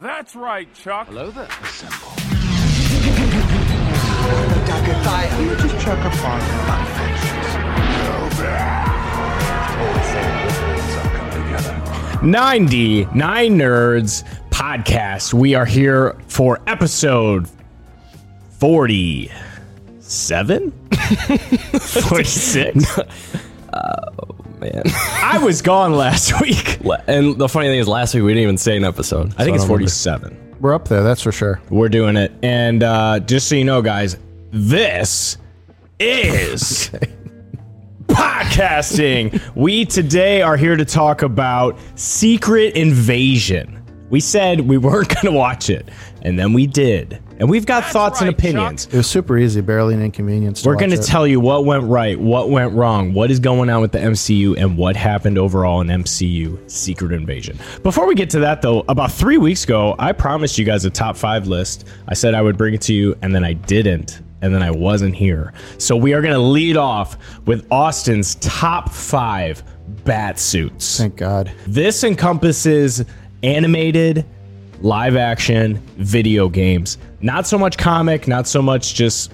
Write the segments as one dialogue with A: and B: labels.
A: That's right, Chuck.
B: Hello there. Assemble.
C: Ninety Nine Nerds podcast. We are here for episode 47? 46?
D: man.
C: Oh, I was gone last week.
D: Le- And the funny thing is, last week we didn't even say an episode.
C: I think it's
D: so don't remember.
C: 47.
B: We're up there, that's for sure.
C: We're doing it. And uh, just so you know, guys, this is podcasting. we today are here to talk about Secret Invasion. We said we weren't going to watch it, and then we did. And we've got thoughts and
A: right,
C: opinions.
B: It was super easy, barely an inconvenience. To
C: We're going to
B: watch it.
C: tell you what went right, what went wrong, what is going on with the MCU, and what happened overall in MCU Secret Invasion. Before we get to that, though, about three weeks ago, I promised you guys a top five list. I said I would bring it to you, and then I didn't, and then I wasn't here. So we are going to lead off with Austin's top five bat suits.
B: Thank God.
C: This encompasses animated, live action, video games. Not so much comic, not so much just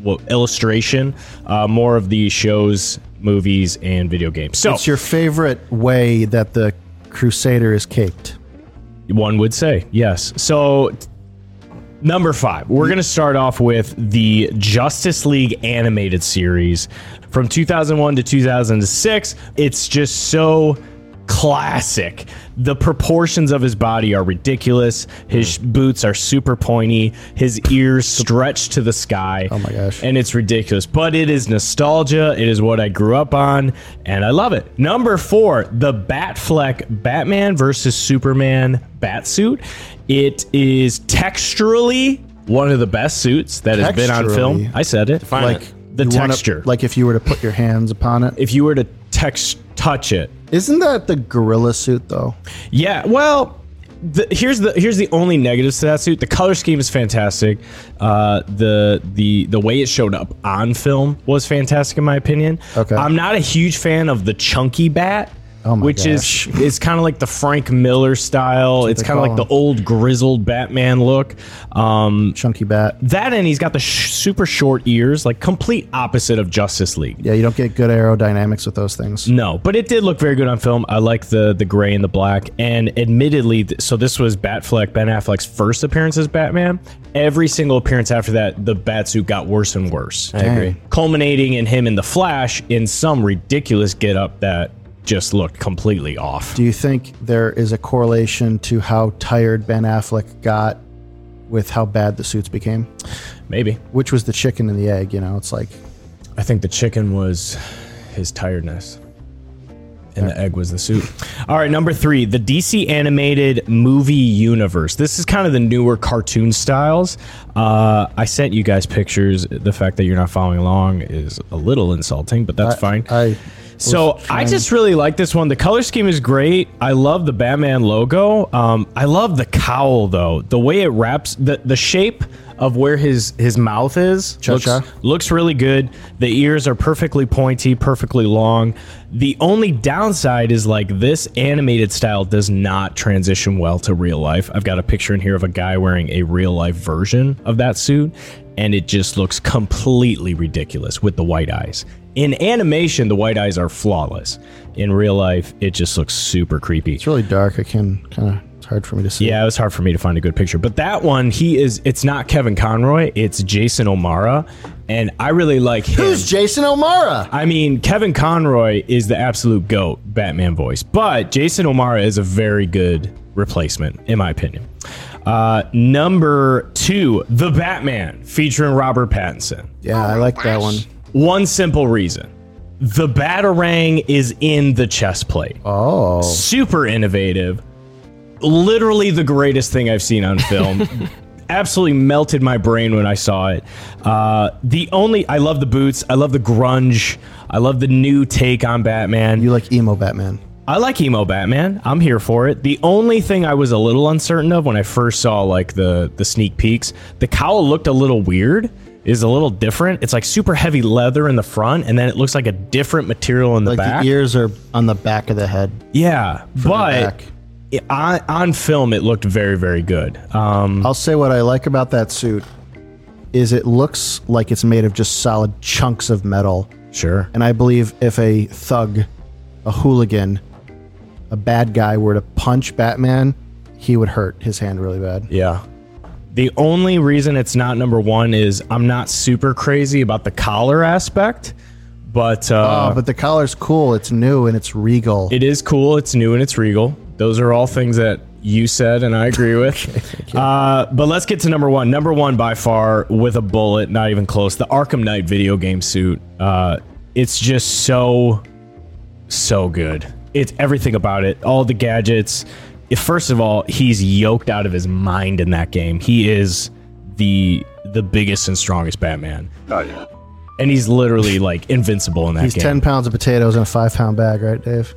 C: well, illustration, uh, more of the shows, movies, and video games. So,
B: It's your favorite way that the Crusader is caked.
C: one would say, yes. So, t- number five, we're going to start off with the Justice League animated series from 2001 to 2006. It's just so classic. The proportions of his body are ridiculous. His
B: Hmm.
C: boots are super pointy. His ears stretch to the sky.
B: Oh my gosh.
C: And it's ridiculous, but it is nostalgia. It is what I grew up on, and I love it. Number four, the Batfleck Batman versus Superman Batsuit. It is texturally one of the best suits that has been on film.
B: Texturally?
C: I said it.
D: Like,
C: Uh, the
B: You wanna-
C: texture. like
B: like if you were to put your hands upon it.
C: if you were to text touch it,
B: Isn't that the gorilla suit though?
C: Yeah, well, the, here's the here's the only negatives to that suit. The color scheme is fantastic. Uh, the the the way it showed up on film was fantastic in my opinion.
B: Okay.
C: I'm not a huge fan of the chunky bat.
B: Oh my
C: which
B: gosh.
C: is is kind of like the Frank Miller style. It's
B: they
C: kind of
B: call
C: like the
B: him.
C: old grizzled Batman look. Um,
B: Chunky bat.
C: that and he's got the sh- super short ears, like complete opposite of Justice League.
B: Yeah, you don't get good aerodynamics with those things.
C: No, but it did look very good on film. I like the the gray and the black. And admittedly, th- so this was Batfleck, Ben Affleck's first appearance as Batman. Every single appearance after that, the Batsuit got worse and worse. I
B: agree.
C: Culminating in him in the Flash in some ridiculous get up that just looked completely off.
B: Do you think there is a correlation to how tired Ben Affleck got with how bad the suits became?
C: Maybe.
B: Which was the chicken and the egg, you know? It's like
C: I think the chicken was his tiredness. And the egg was the soup. All right, number three, the DC animated movie universe. This is kind of the newer cartoon styles. Uh, I sent you guys pictures. The fact that you're not following along is a little insulting, but that's fine.
B: I
C: So I just really like this one. The color scheme is great. I love the Batman logo. Um, I love the cowl though. The way it wraps the the shape of where his his mouth is looks,
B: Cha-cha.
C: looks really good. The ears are perfectly pointy, perfectly long. The only downside is like this animated style does not transition well to real life. I've got a picture in here of a guy wearing a real life version of that suit and it just looks completely ridiculous with the white eyes. In animation, the white eyes are flawless. In real life, it just looks super creepy.
B: It's really dark. I can kind of. It's hard for me to see.
C: Yeah, it was hard for me to find a good picture. But that one, he is it's not Kevin Conroy, it's Jason O'Mara. And I really like him.
B: Who's Jason O'Mara?
C: I mean, Kevin Conroy is the absolute GOAT Batman voice, but Jason O'Mara is a very good replacement, in my opinion. Uh, number two, The Batman, featuring Robert Pattinson.
B: Yeah, I like that one.
C: One simple reason the Batarang is in the chest plate.
B: Oh,
C: Super innovative. Literally the greatest thing I've seen on film. Absolutely melted my brain when I saw it. Uh, the only, I love the boots. I love the grunge. I love the new take on Batman.
B: you like emo Batman?
C: I like emo Batman. I'm here for it. The only thing I was a little uncertain of when I first saw like the the sneak peeks, the cowl looked a little weird. Is a little different. It's like super heavy leather in the front, and then it looks like a different material in the
B: Like
C: back.
B: the ears are on the back of the head.
C: yeah,
B: the
C: but
B: back.
C: it- on, on film, it looked very, very good. Um,
B: I'll say what I like about that suit is it looks like it's made of just solid chunks of metal.
C: sure.
B: And I believe if a thug, a hooligan, a bad guy were to punch Batman, he would hurt his hand really bad.
C: Yeah. The only reason it's not number one is I'm not super crazy about the collar aspect, but uh,
B: Oh, but the collar's cool. It's new and it's regal.
C: it is cool. It's new and it's regal. Those are all things that you said and I agree with. uh, but let's get to number one. Number one by far with a bullet, not even close. The Arkham Knight video game suit. Uh, it's just so, so good. It's everything about it. All the gadgets. If- First of all, he's yoked out of his mind in that game. He is the the biggest and strongest Batman. Oh yeah. And he's literally like invincible in that
B: He's
C: game.
B: 10 pounds of potatoes in a five pound bag, right, Dave?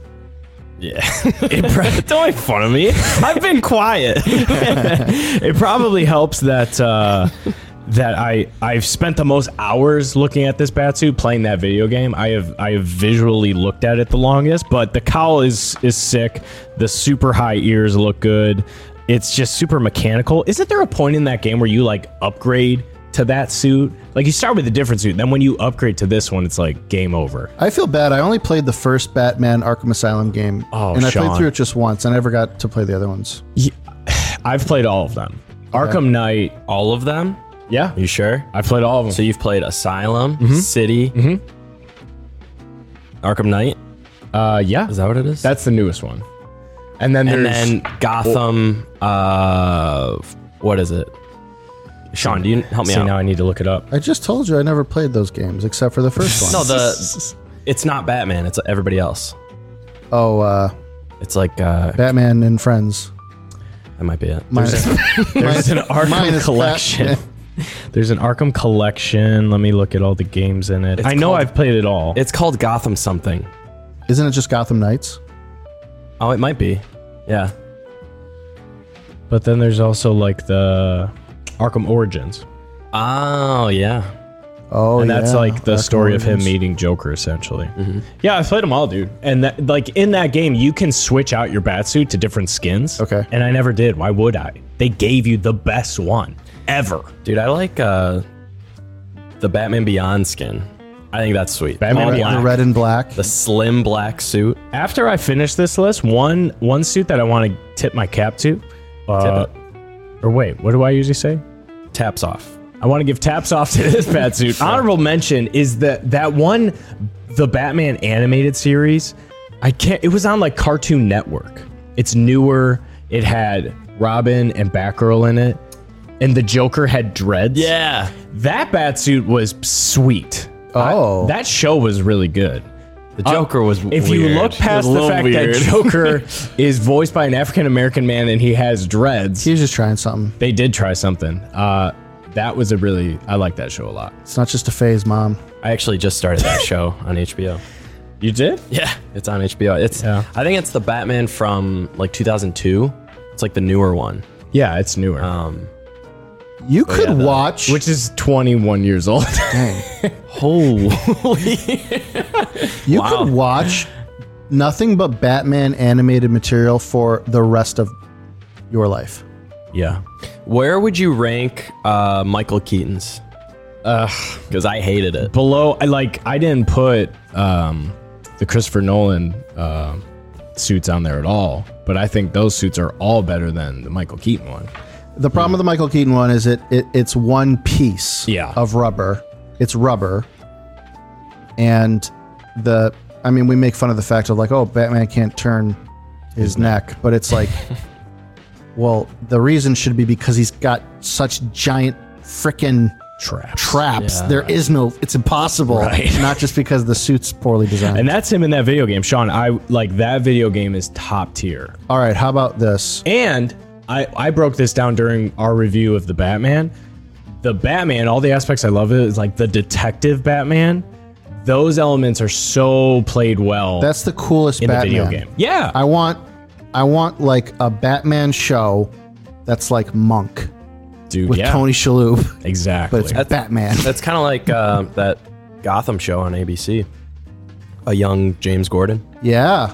D: Yeah.
C: It prob- don't make fun of me. I've been quiet. it probably helps that uh, that I I've spent the most hours looking at this Batsuit playing that video game. I have I have visually looked at it the longest, but the cowl is is sick. The super high ears look good. It's just super mechanical. Isn't there a point in that game where you like upgrade to that suit? Like you start with a different suit, then when you upgrade to this one, it's like game over.
B: I feel bad. I only played the first Batman Arkham Asylum game.
C: Oh,
B: And I
C: Sean.
B: played through it just once. I never got to play the other ones.
C: I've played all of them. Arkham Knight,
D: All of them?
C: yeah.
D: You sure?
C: I've played all of them.
D: So you've played Asylum,
C: Mm-hmm.
D: City, Arkham Knight.
C: Uh, yeah,
D: Is that what it is?
C: that's the newest one. And then
D: and
C: there's
D: then Gotham. Uh, what is it? Sean, do you help me
C: see
D: out?
C: now I need to look it up.
B: I just told you I never played those games except for the first one.
D: No, the it's not Batman. It's everybody else.
B: oh, uh,
D: It's like uh,
B: Batman and Friends.
D: that might be it.
B: Minus,
C: There's an Arkham
B: minus
C: collection.
B: Batman.
C: There's an Arkham collection. Let me look at all the games in it. I know
D: called-
C: I've played it all.
D: It's called Gotham something.
B: Isn't it just Gotham Knights?
D: Oh, it might be. Yeah.
C: but then there's also like the Arkham Origins,
D: Oh yeah.
B: Oh,
C: and that's
B: yeah,
C: like the
B: Arkham
C: story of him
B: Origins.
C: meeting Joker, essentially.
D: Mm-hmm.
C: Yeah, I've played them all, dude. And that, like in that game, you can switch out your Batsuit to different skins.
B: Okay.
C: And I never did. Why would I? They gave you the best one ever.
D: Dude, I like uh, the Batman Beyond skin. I think that's sweet.
C: Batman
D: All
B: Red-
C: Beyond.
D: black.
B: the red and black.
D: The slim black suit.
C: After I finish this list, one one suit that I want to tip my cap to, uh, or wait, what do I usually say?
D: Taps off.
C: I want to give taps off to this bat suit. Honorable mention is that that one, the Batman animated series. I can't. It was on like Cartoon Network. It's newer. It had Robin and Batgirl in it, and the Joker had dreads.
D: Yeah.
C: that bat suit was sweet. I-
B: Oh.
C: that show was really good. Uh,
D: The Joker was.
C: If you look past the fact that Joker is voiced by an African American man and he has dreads,
B: He was just trying something.
C: they did try something. Uh, that was a really I like that show a lot.
B: It's not just a phase, Mom.
D: I actually just started that show on HBO.
C: You did?
D: Yeah, it's on HBO. It's.
C: Yeah.
D: I think it's the Batman from like 2002. It's like the newer one.
C: Yeah, it's newer,
D: Um,
B: You could
D: yeah, the-
B: watch.
C: Oh, which is 21 years old.
B: Dang.
D: holy!
B: You
D: Wow.
B: could watch nothing but Batman animated material for the rest of your life.
C: yeah,
D: Where would you rank uh, Michael Keaton's? Because I hated it.
C: below I like I didn't put um, the Christopher Nolan um suits on there at all, but I think those suits are all better than the Michael Keaton one.
B: The problem with the Michael Keaton one is it, it it's one piece
C: Yeah.
B: of rubber. It's rubber. And the I mean we make fun of the fact of like, oh Batman can't turn his neck, but it's like well, the reason should be because he's got such giant frickin'
C: Trap.
B: traps. There is no it's impossible.
C: Right.
B: Not just because the suit's poorly designed.
C: And that's him in that video game, Sean. I like that video game is top tier.
B: All right, how about this?
C: And I, I broke this down during our review of the Batman. The Batman, all the aspects I love it is like the detective Batman. Those elements are so played well
B: That's the coolest
C: in the
B: Batman
C: video game. Yeah.
B: I want, I want like a Batman show that's like Monk
C: dude,
B: with
C: yeah.
B: Tony Shalhoub,
C: exactly.
B: but it's Batman.
D: That's kind of like uh, that Gotham show on ABC. A young James Gordon.
B: Yeah,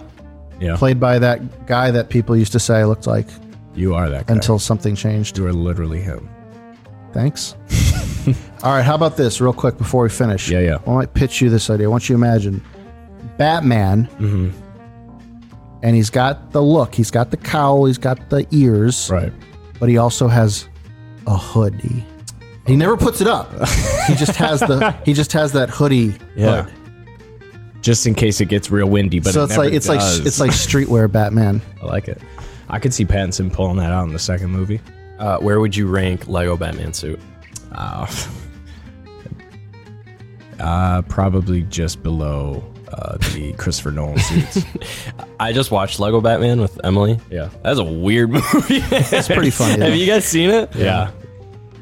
C: Yeah.
B: played by that guy that people used to say I looked like
C: You are that guy.
B: until something changed.
C: you are literally him.
B: Thanks. All right, how about this real quick before we finish?
C: Yeah, yeah.
B: I might pitch you this idea. I want you to imagine Batman,
C: Mm-hmm.
B: and he's got the look, he's got the cowl, he's got the ears,
C: Right.
B: but he also has a hoodie. He never puts it up. he just has the he just has that hoodie.
C: Yeah.
B: hood.
C: Just in case it gets real windy, but
B: So
C: it
B: it's
C: never
B: like it's
C: does.
B: like it's like streetwear Batman.
C: I like it. I could see Pattinson pulling that out in the second movie.
D: Uh, where would you rank Lego Batman suit?
C: Uh, uh, probably just below uh, the Christopher Nolan suits.
D: I just watched Lego Batman with Emily.
C: Yeah.
D: That's a weird movie. It's
B: pretty funny, though.
D: Have you guys seen it?
C: yeah.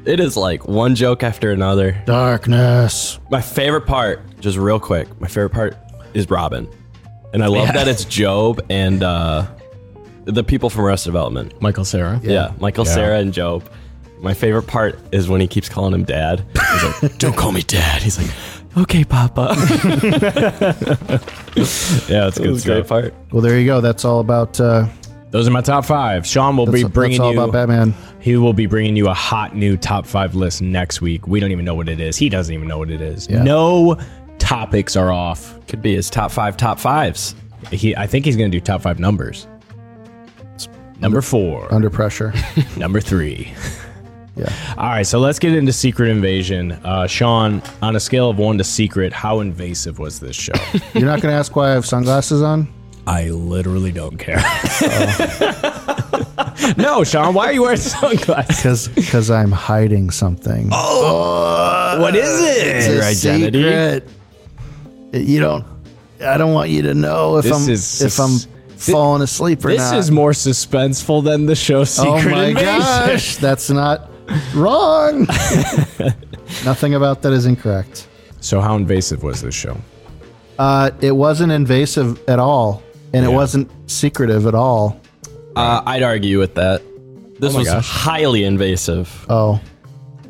D: It is like one joke after another.
B: Darkness.
D: My favorite part, just real quick, my favorite part is Robin. And I love that it's Job and uh, the people from Arrested Development.
C: Michael Sarah.
D: Yeah, Michael, Sarah, and Job. My favorite part is when he keeps calling him dad. He's like, don't call me dad. He's like, okay, Papa.
C: Yeah, it's
D: It
C: good
D: was a great
C: stuff.
D: part.
B: Well, there you go. That's all about uh,
C: Those are my top five. Sean will
B: that's,
C: be bringing
B: that's all
C: you.
B: about Batman.
C: He will be bringing you a hot new top five list next week. We don't even know what it is. He doesn't even know what it is. No topics are off.
D: Could be his top five top fives.
C: He, I think he's going to do top five numbers. Number four,
B: Under pressure.
C: number three.
B: Yeah.
C: All right, so let's get into Secret Invasion. Uh, Sean, on a scale of one to secret, how invasive was this show?
B: You're not going to ask why I have sunglasses on?
C: I literally don't care. no, Sean, why are you wearing sunglasses?
B: Because because I'm hiding something. Oh,
C: What is it?
D: your identity?
B: You don't. I don't want you to know if
C: This
B: I'm
C: is-
B: if I'm falling asleep or
C: This
B: not.
C: is more suspenseful than the show
B: oh
C: Secret
B: my
C: Invasion.
B: gosh, that's not wrong. Nothing about that is incorrect.
C: So, how invasive was this show?
B: Uh, it wasn't invasive at all, and it wasn't secretive at all.
D: Uh, I'd argue with that. This was
C: gosh.
D: highly invasive.
B: Oh,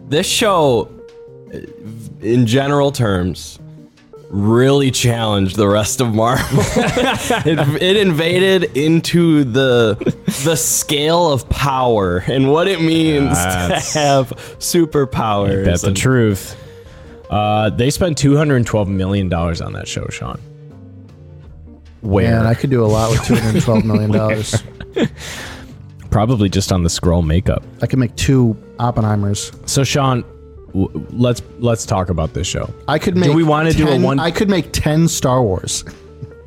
D: This show, in general terms, really challenged the rest of Marvel. it, it invaded into the the scale of power and what it means
C: That's-
D: to have superpowers.
C: That's the
D: And
C: truth. Uh, they spent two hundred and twelve million dollars on that show, Sean. Where?
B: man, I could do a lot with two hundred twelve million dollars.
C: Probably just on the scroll makeup.
B: I could make two Oppenheimers.
C: So, Sean, w- let's let's talk about this show.
B: I could make.
C: we wanna do a
B: 10
C: one-
B: I could make ten Star Wars.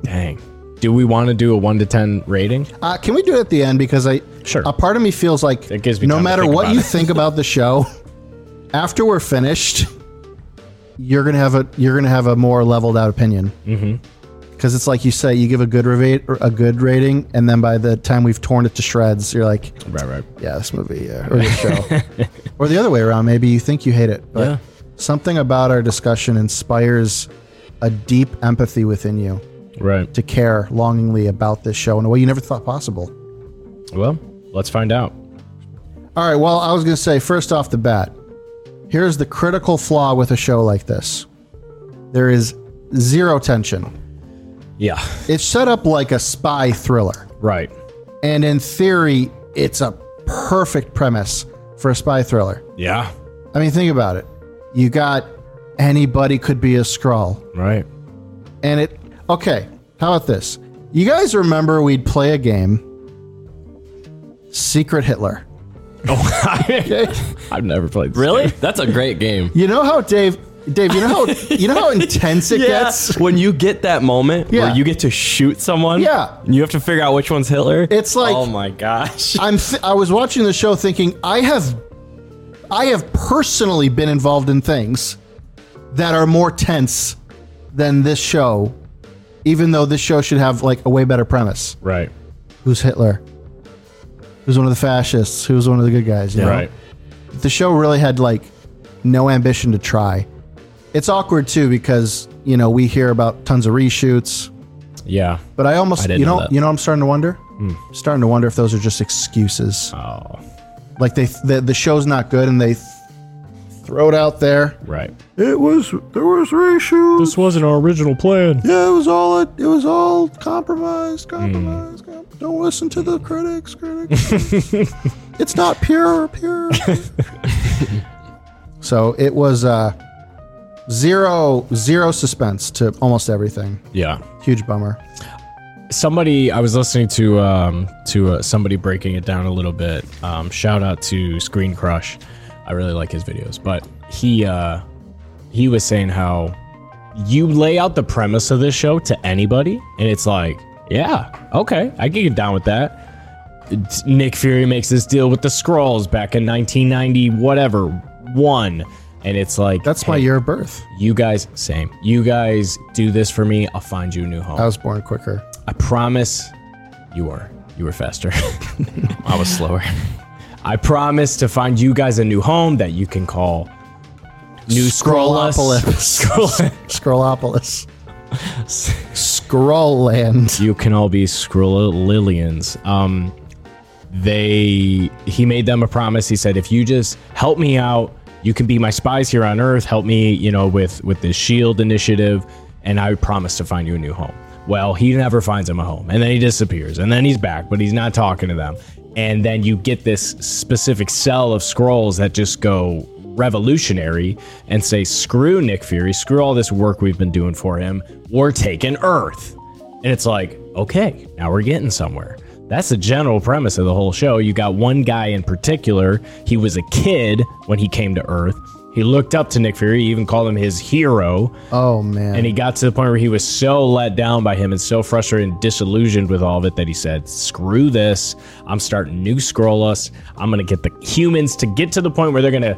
C: Dang. Do we want to do a one to ten rating?
B: Uh, can we do it at the end? Because I
C: Sure.
B: A part of me feels like
C: It gives me
B: no
C: time to
B: matter
C: think
B: what
C: about
B: you
C: it.
B: think about the show, after we're finished, you're gonna have a you're gonna have a more leveled out opinion. Mm-hmm. Because it's like you say, you give a good revate a good rating, and then by the time we've torn it to shreds, you're like,
C: Right, right.
B: yeah, this movie uh, or this show, or the other way around. Maybe you think you hate it, but
D: Yeah.
B: something about our discussion inspires a deep empathy within you
C: Right.
B: to care longingly about this show in a way you never thought possible.
C: Well, let's find out.
B: All right, well, I was going to say first off the bat, here's the critical flaw with a show like this there is zero tension.
C: Yeah.
B: It's set up like a spy thriller,
C: Right.
B: and in theory, it's a perfect premise for a spy thriller.
C: Yeah.
B: I mean, think about it. You got anybody could be a scroll,
C: Right.
B: and it. Okay, how about this? You guys remember we'd play a game, Secret Hitler.
C: Oh,
B: Okay?
C: I've never played. This
D: Really? That's a great game.
B: You know how Dave, Dave, you know how you know how intense it gets.
D: When you get that moment
B: Yeah.
D: where you get to shoot someone,
B: Yeah.
D: and you have to figure out which one's Hitler.
B: It's like-
C: Um,
D: oh my gosh,
B: I'm th- I was watching the show thinking I have I have personally been involved in things that are more tense than this show even though this show should have like a way better premise.
C: Right.
B: Who's Hitler? Who's one of the fascists? Who's one of the good guys? you know?
C: Right.
B: The show really had like no ambition to try. It's awkward too because, you know, we hear about tons of reshoots,
C: Yeah.
B: but I almost
D: didn't
B: you
D: know
B: know,
D: that.
B: you know I'm starting to wonder. Starting to wonder if those are just excuses
C: Oh.
B: like they the, the show's not good and they th- throw it out there.
C: Right.
B: It was there was ratio.
C: This wasn't our original plan.
B: Yeah, it was all it, was all compromise, compromise. Com- don't listen to the critics, critics. it's not pure, pure. so it was uh, zero zero suspense to almost everything.
C: Yeah.
B: Huge bummer.
C: somebody I was listening to um, to uh, somebody breaking it down a little bit. Um, shout out to Screen Crush. I really like his videos, but he uh, he was saying how you lay out the premise of this show to anybody, and it's like, yeah, okay, I can get down with that. It's- Nick Fury makes this deal with the Skrulls back in 1990, whatever one, and it's like
B: That's my
C: hey,
B: year of birth.
C: You guys, same. You guys do this for me. I'll find you a new home.
B: I was born quicker.
C: I promise you were. You were faster.
D: I was slower.
C: I promise to find you guys a new home that you can call New Scrollus.
B: Scrollopolis.
C: Scroll-
B: Scrollopolis. Scrollland.
C: you can all be Scrollillians. Um, they he made them a promise. He said, if you just help me out, you can be my spies here on Earth. Help me, you know, with with this Shield E initiative, and I promise to find you a new home. Well, he never finds him a home, and then he disappears, and then he's back, but he's not talking to them. And then you get this specific cell of scrolls that just go revolutionary and say, "Screw Nick Fury, screw all this work we've been doing for him. We're taking Earth." And it's like, okay, now we're getting somewhere. That's the general premise of the whole show. You got one guy in particular. He was a kid when he came to Earth. He looked up to Nick Fury, he even called him his hero.
B: Oh man.
C: And he got to the point where he was so let down by him and so frustrated and disillusioned with all of it that he said, Screw this. I'm starting new Scrollus. I'm going to get the humans to get to the point where they're going to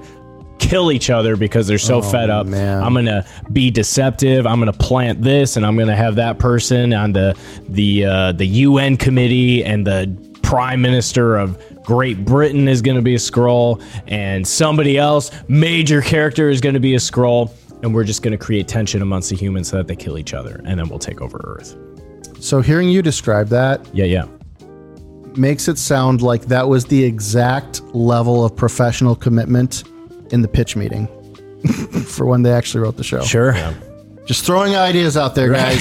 C: kill each other because they're
D: Oh,
C: so fed up.
B: man.
C: I'm going to be deceptive. I'm going to plant this and I'm going to have that person on the the uh, the UN committee and the prime minister of Great Britain is going to be a scroll and somebody else major character is going to be a scroll and we're just going to create tension amongst the humans so that they kill each other and then we'll take over earth.
B: so hearing you describe that
C: Yeah, yeah.
B: makes it sound like that was the exact level of professional commitment in the pitch meeting for when they actually wrote the show.
C: Sure.
B: Just throwing ideas out there, guys.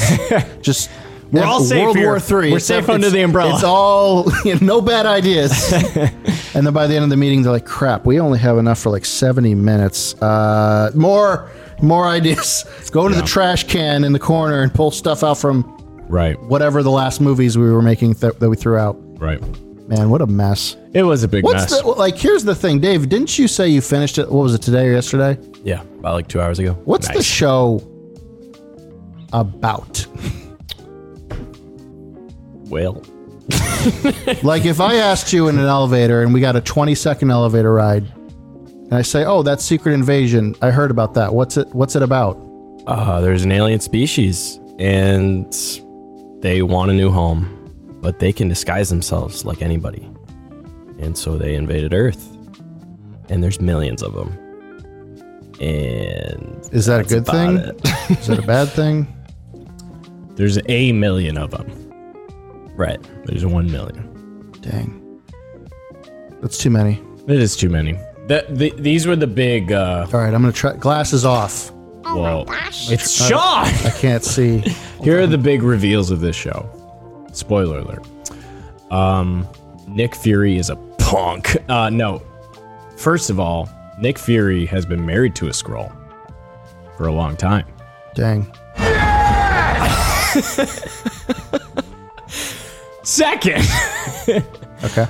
B: Just we're
C: all safe
B: World
C: here.
B: War Three.
C: We're
B: It's-
C: safe
B: it's-
C: under the umbrella.
B: It's all no bad ideas. and then by the end of the meeting, they're like, "Crap, we only have enough for like seventy minutes. Uh, more, more ideas. Go to the trash can in the corner and pull stuff out from
C: Right.
B: whatever the last movies we were making th- that we threw out.
C: Right.
B: Man, what a mess."
C: It was a big
B: What's
C: mess.
B: the like? Here's the thing, Dave. Didn't you say you finished it? What was it today or yesterday?
D: Yeah, about like two hours ago.
B: What's the
C: Nice.
B: show about?
D: Whale.
B: like, if I asked you in an elevator and we got a 20 second elevator ride, and I say, "Oh, that's Secret Invasion. I heard about that. What's it? What's it about?"
D: Uh, there's an alien species, and they want a new home, but they can disguise themselves like anybody. And so they invaded Earth, and there's millions of them. And
B: Is that a good
D: about
B: thing?
D: it.
B: Is it a bad thing?
C: There's a million of them.
D: right,
C: There's 1 million.
B: Dang, that's too many.
C: It is too many. The, the, these were the big uh
B: All right, I'm gonna try. Glasses off.
C: well, It's uh, Sean.
B: I can't see.
C: Here are the big reveals of this show. Spoiler alert. Um, Nick Fury is a punk. Uh, no. First of all, Nick Fury has been married to a scroll for a long time.
B: Dang.
C: Second,
B: Okay.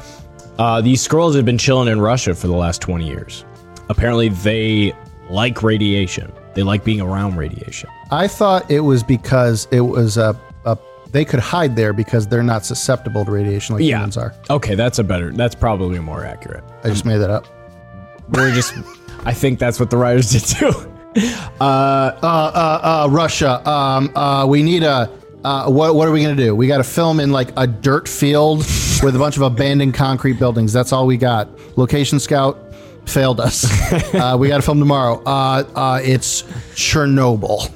C: uh, these scrolls have been chilling in Russia for the last 20 years. Apparently, they like radiation. They like being around radiation.
B: I thought it was because it was a, a they could hide there because they're not susceptible to radiation like humans are.
C: Okay, that's a better. That's probably more accurate.
B: I just made that up.
C: We're just. I think that's what the writers did too.
B: Uh, uh, Russia. Um, uh, we need a. Uh, what, what are we gonna do? We got to film in like a dirt field with a bunch of abandoned concrete buildings. That's all we got. Location scout failed us. Uh, we got to film tomorrow. Uh, uh, it's Chernobyl,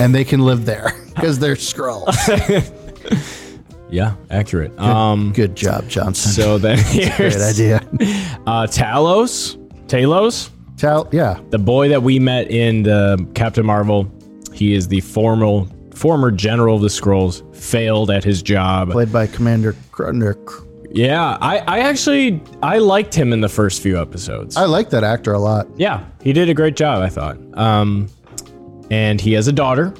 B: and they can live there because they're scrolls.
C: Yeah, accurate. Um,
B: Good job, Johnson.
C: So then here's
B: Great idea.
C: uh Talos. Talos.
B: Tal, yeah.
C: the boy that we met in the Captain Marvel, he is the formal former general of the Scrolls, failed at his job.
B: Played by Commander Krunduk.
C: Yeah, I, I actually I liked him in the first few episodes.
B: I like that actor a lot.
C: yeah, he did a great job, I thought. Um, and he has a daughter.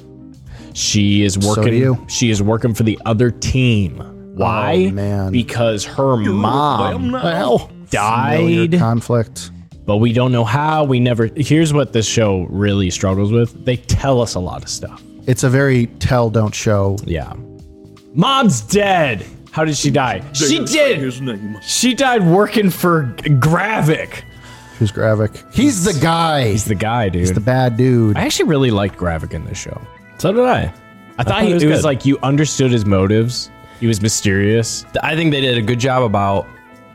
C: She is working.
B: do you.
C: She is working for the other team. Why?
B: Oh, man.
C: Because her mom
B: Well, familiar
C: died.
B: conflict.
C: but we don't know how. We never. Here's what this show really struggles with they tell us a lot of stuff.
B: It's a very tell don't show.
C: Yeah. Mom's dead. How did she die? She did.
A: His name.
C: She died working for G- Gravik.
B: Who's Gravik? He's the guy.
C: He's the guy, dude.
B: the bad dude.
C: I actually really liked Gravik in this show.
D: So did I.
C: I thought,
D: it
C: he,
D: was
C: it was
D: good.
C: like you understood his motives. He was mysterious.
D: I think they did a good job about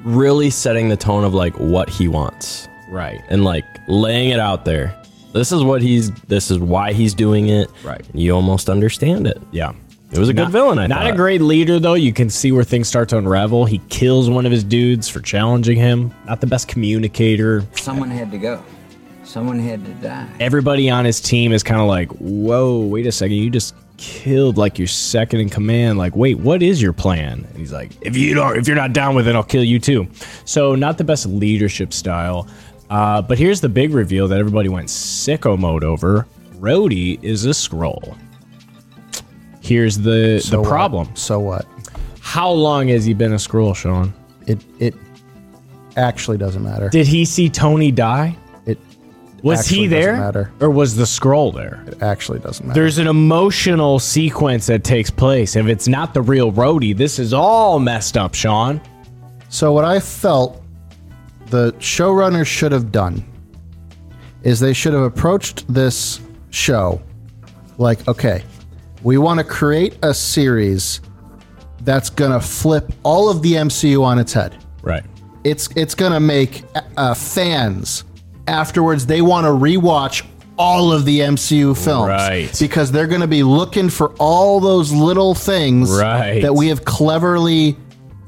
D: really setting the tone of like what he wants
C: Right.
D: and like laying it out there. This is what he's. This is why he's doing it.
C: Right.
D: You almost understand it.
C: Yeah.
D: It was a good villain. I
C: Not
D: thought.
C: a great leader, though. You can see where things start to unravel. He kills one of his dudes for challenging him. Not the best communicator.
E: Someone had to go. Someone had to die.
C: everybody on his team is kind of like, whoa, wait a second, you just killed like your second in command. Like, wait, what is your plan? And he's like, if you don't, if you're not down with it, I'll kill you too. So not the best leadership style. Uh, but here's the big reveal that everybody went sicko mode over. Rhodey is a scroll. Here's the
B: So
C: the
B: what?
C: problem.
B: So what?
C: How long has he been a scroll, Sean?
B: It it actually doesn't matter.
C: Did he see Tony die?
B: It
C: Was he
B: Actually doesn't
C: there?
B: matter.
C: Or was the scroll there?
B: actually doesn't matter.
C: There's an emotional sequence that takes place. If it's not the real Rhodey, this is all messed up, Sean.
B: So what I felt the showrunners should have done is they should have approached this show like, okay, we want to create a series that's gonna flip all of the MCU on its head.
C: Right.
B: It's it's gonna make uh, fans afterwards they want to rewatch all of the MCU films
C: Right.
B: because they're gonna be looking for all those little things
C: Right.
B: that we have cleverly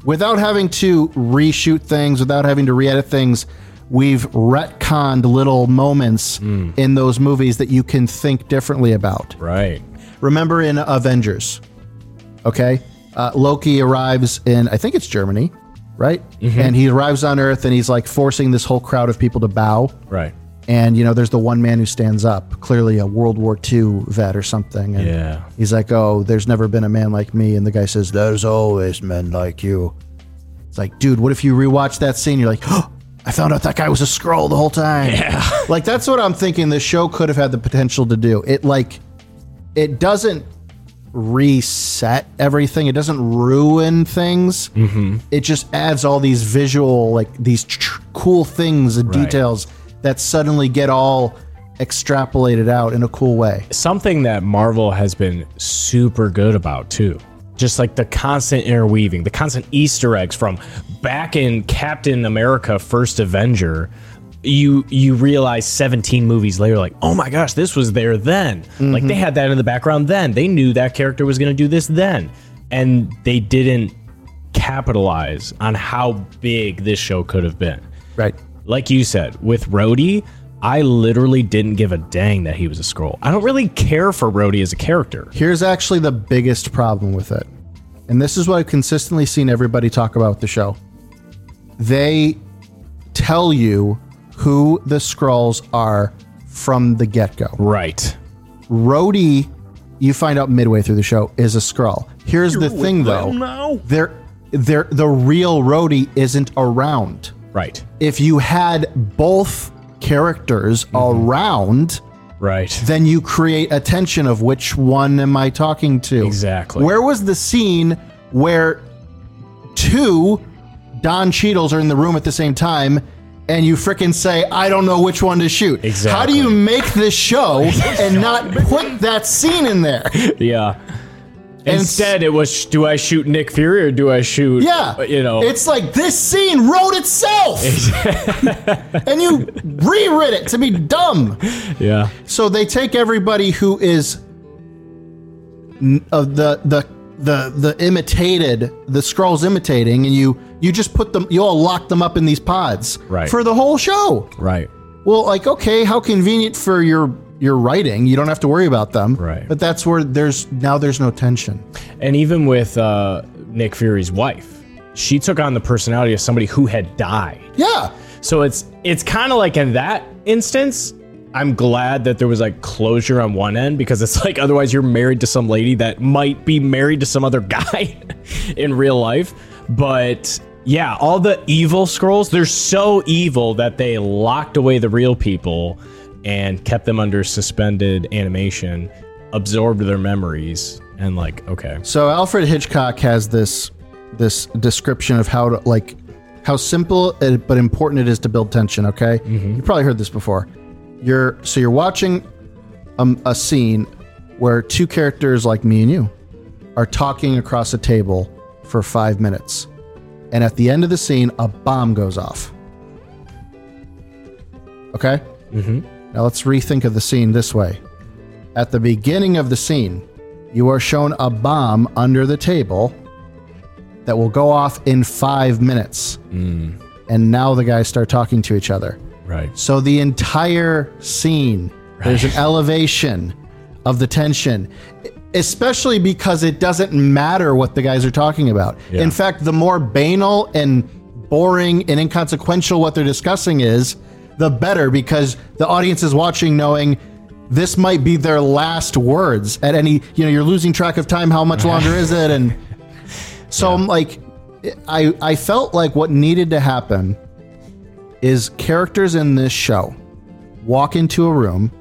B: without having to reshoot things, without having to re-edit things, we've retconned little moments
C: Hmm.
B: in those movies that you can think differently about.
C: Right.
B: Remember in Avengers, okay? Uh, Loki arrives in, I think it's Germany, right? And he arrives on Earth and he's like forcing this whole crowd of people to bow.
C: Right.
B: And, you know, there's the one man who stands up, clearly a World War II vet or something. And
C: Yeah.
B: He's like, oh, there's never been a man like me. And the guy says, there's always men like you. It's like, dude, what if you rewatch that scene? You're like, oh, I found out that guy was a scroll the whole time. Yeah. Like, that's what I'm thinking this show could have had the potential to do. It, like, it doesn't reset everything, it doesn't ruin things. It just adds all these visual, like, these tr- cool things and details that suddenly get all extrapolated out in a cool way.
C: Something that Marvel has been super good about too. Just like the constant interweaving, the constant Easter eggs from back in Captain America First Avenger, you you realize 17 movies later like, "Oh my gosh, this was there then." Like they had that in the background then. They knew that character was going to do this then. And they didn't capitalize on how big this show could have been.
B: Right.
C: Like you said, with Rhodey, I literally didn't give a dang that he was a scroll. I don't really care for Rhodey as a character.
B: Here's actually the biggest problem with it. And this is what I've consistently seen everybody talk about with the show. They tell you who the Skrulls are from the get go.
C: Right.
B: Rhodey, you find out midway through the show, is a Skrull. Here's the thing though.
A: now.
B: They're, they're, the real Rhodey isn't around.
C: Right.
B: If you had both characters around,
C: Right.
B: then you create a tension of which one am I talking to?
C: Exactly.
B: Where was the scene where two Don Cheadles are in the room at the same time? And you frickin' say, I don't know which one to shoot. How do
C: Exactly.
B: you make this show and not put that scene in there?
C: Yeah.
B: s-
C: Instead, it was do I shoot Nick Fury or do I shoot? uh,
B: Yeah.
C: You know.
B: It's like this scene wrote itself. and you rewrit it to be dumb.
C: yeah.
B: So they take everybody who is n- of the the the the imitated the scrolls imitating, and you you just put them you all lock them up in these pods
C: Right.
B: for the whole show.
C: Right.
B: Well, like, okay, how convenient for your your writing. You don't have to worry about them.
C: Right.
B: But that's where there's now there's no tension.
C: And even with uh, Nick Fury's wife, she took on the personality of somebody who had died.
B: Yeah.
C: So it's it's kind of like in that instance, I'm glad that there was like closure on one end because it's like otherwise you're married to some lady that might be married to some other guy in real life. But yeah, all the evil scrolls, they're so evil that they locked away the real people and kept them under suspended animation, absorbed their memories, and like, okay.
B: So Alfred Hitchcock has this this description of how to like how simple it, but important it is to build tension. Okay, you probably heard this before. You're so you're watching um, a scene where two characters like me and you are talking across a table for five minutes, and at the end of the scene, a bomb goes off. Okay. Mm-hmm. Now let's rethink of the scene this way. At the beginning of the scene, you are shown a bomb under the table that will go off in five minutes. And now the guys start talking to each other.
C: Right.
B: So the entire scene, there's an elevation of the tension, especially because it doesn't matter what the guys are talking about.
C: Yeah.
B: In fact, the more banal and boring and inconsequential what they're discussing is, the better because the audience is watching knowing this might be their last words at any, you know, you're losing track of time. How much longer is it? And so I'm like, I, I felt like what needed to happen is characters in this show walk into a room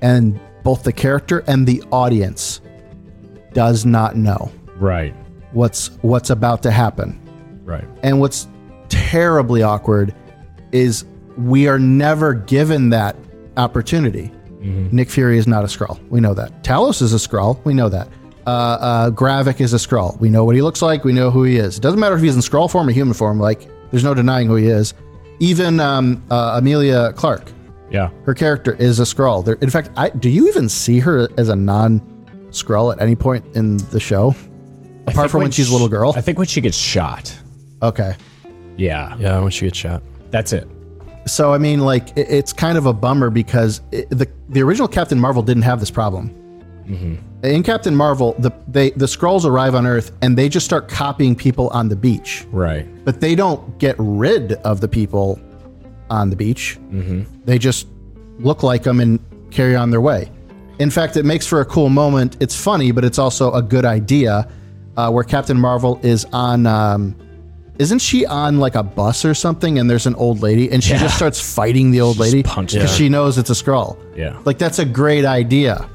B: and both the character and the audience does not know
C: Right.
B: what's what's about to happen.
C: Right.
B: And what's terribly awkward is we are never given that opportunity. Nick Fury is not a Skrull. We know that. Talos is a Skrull. We know that. Uh, uh, Gravik is a Skrull. We know what he looks like. We know who he is. It doesn't matter if he's in Skrull form or human form. Like, there's no denying who he is. Even um, uh, Amelia Clark,
C: Yeah.
B: her character is a Skrull. There, in fact, I, do you even see her as a non-Skrull at any point in the show, apart from when she's a little girl?
C: I think when she gets shot.
B: Okay.
C: Yeah.
D: Yeah, when she gets shot.
C: That's it.
B: So I mean, like it, it's kind of a bummer because it, the the original Captain Marvel didn't have this problem. In Captain Marvel, the they the scrolls arrive on Earth and they just start copying people on the beach,
C: Right.
B: but they don't get rid of the people on the beach. Mm-hmm. They just look like them and carry on their way. In fact, it makes for a cool moment. It's funny, but it's also a good idea uh, where Captain Marvel is on. Um, isn't she on like a bus or something? And there's an old lady, and she just starts fighting the old lady
C: punches
B: because
C: her.
B: she knows it's a scroll.
C: Yeah.
B: like that's a great idea.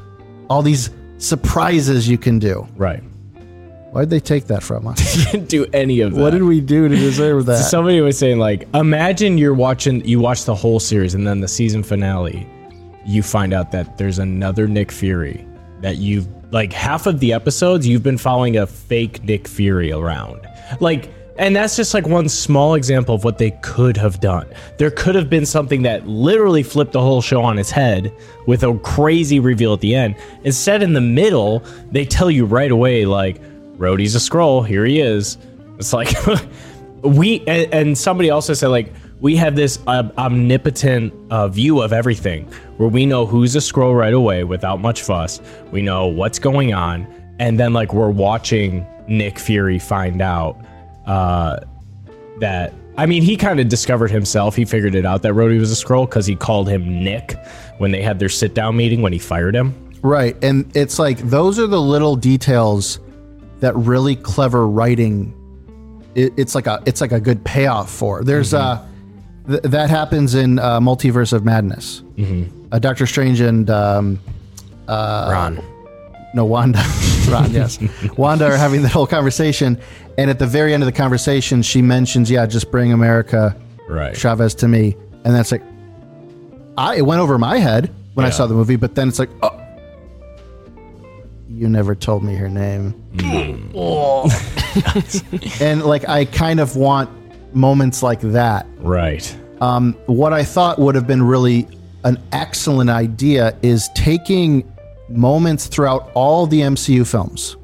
B: All these surprises you can do.
C: Right.
B: Why'd they take that from us?
C: Didn't do any of that.
B: what did we do to deserve that?
C: Somebody was saying like, imagine you're watching, you watch the whole series, and then the season finale, you find out that there's another Nick Fury that you've like half of the episodes you've been following a fake Nick Fury around, like. And that's just like one small example of what they could have done. There could have been something that literally flipped the whole show on its head with a crazy reveal at the end. Instead, in the middle, they tell you right away, like, Rhodey's a scroll, here he is. It's like, we and, and somebody also said like we have this uh, omnipotent uh, view of everything where we know who's a scroll right away without much fuss we know what's going on and then like we're watching nick fury find out uh, that i mean he kind of discovered himself he figured it out that Rhodey was a scroll because he called him nick when they had their sit down meeting when he fired him
B: Right. And it's like those are the little details that really clever writing it, it's like a it's like a good payoff for. There's uh th- that happens in uh, Multiverse of Madness. Mm-hmm. Uh, Doctor Strange and um,
D: Ron.
B: no Wanda, Ron, yes, Wanda are having that whole conversation, and at the very end of the conversation, she mentions, "Yeah, just bring America,
C: right
B: Chavez to me," and that's like, I it went over my head when I
C: Yeah.
B: saw the movie, but then it's like, oh, you never told me her name,
C: Hmm.
B: and like I kind of want moments like that
C: right
B: um, what I thought would have been really an excellent idea is taking moments throughout all the MCU films,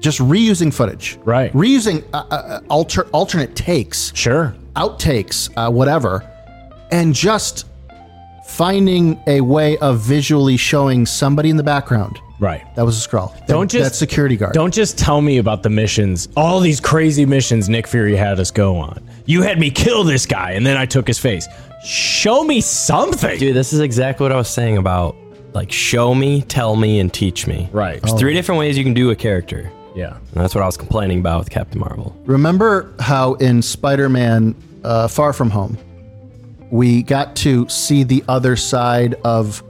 B: just reusing footage,
C: Mm-hmm. Right.
B: Reusing uh, uh, alter, uh, alternate takes,
C: sure
B: outtakes, uh, whatever, and just finding a way of visually showing somebody in the background.
C: Right.
B: That was a scroll.
C: Don't just-
B: that security guard.
C: Don't just tell me about the missions, all these crazy missions Nick Fury had us go on. You had me kill this guy, and then I took his face. Show me something.
D: Dude, this is exactly what I was saying about like show me, tell me, and teach me.
C: Right.
D: There's three different ways you can do a character.
C: Yeah.
D: And that's what I was complaining about with Captain Marvel.
B: Remember how in Spider Man uh, Far From Home, we got to see the other side of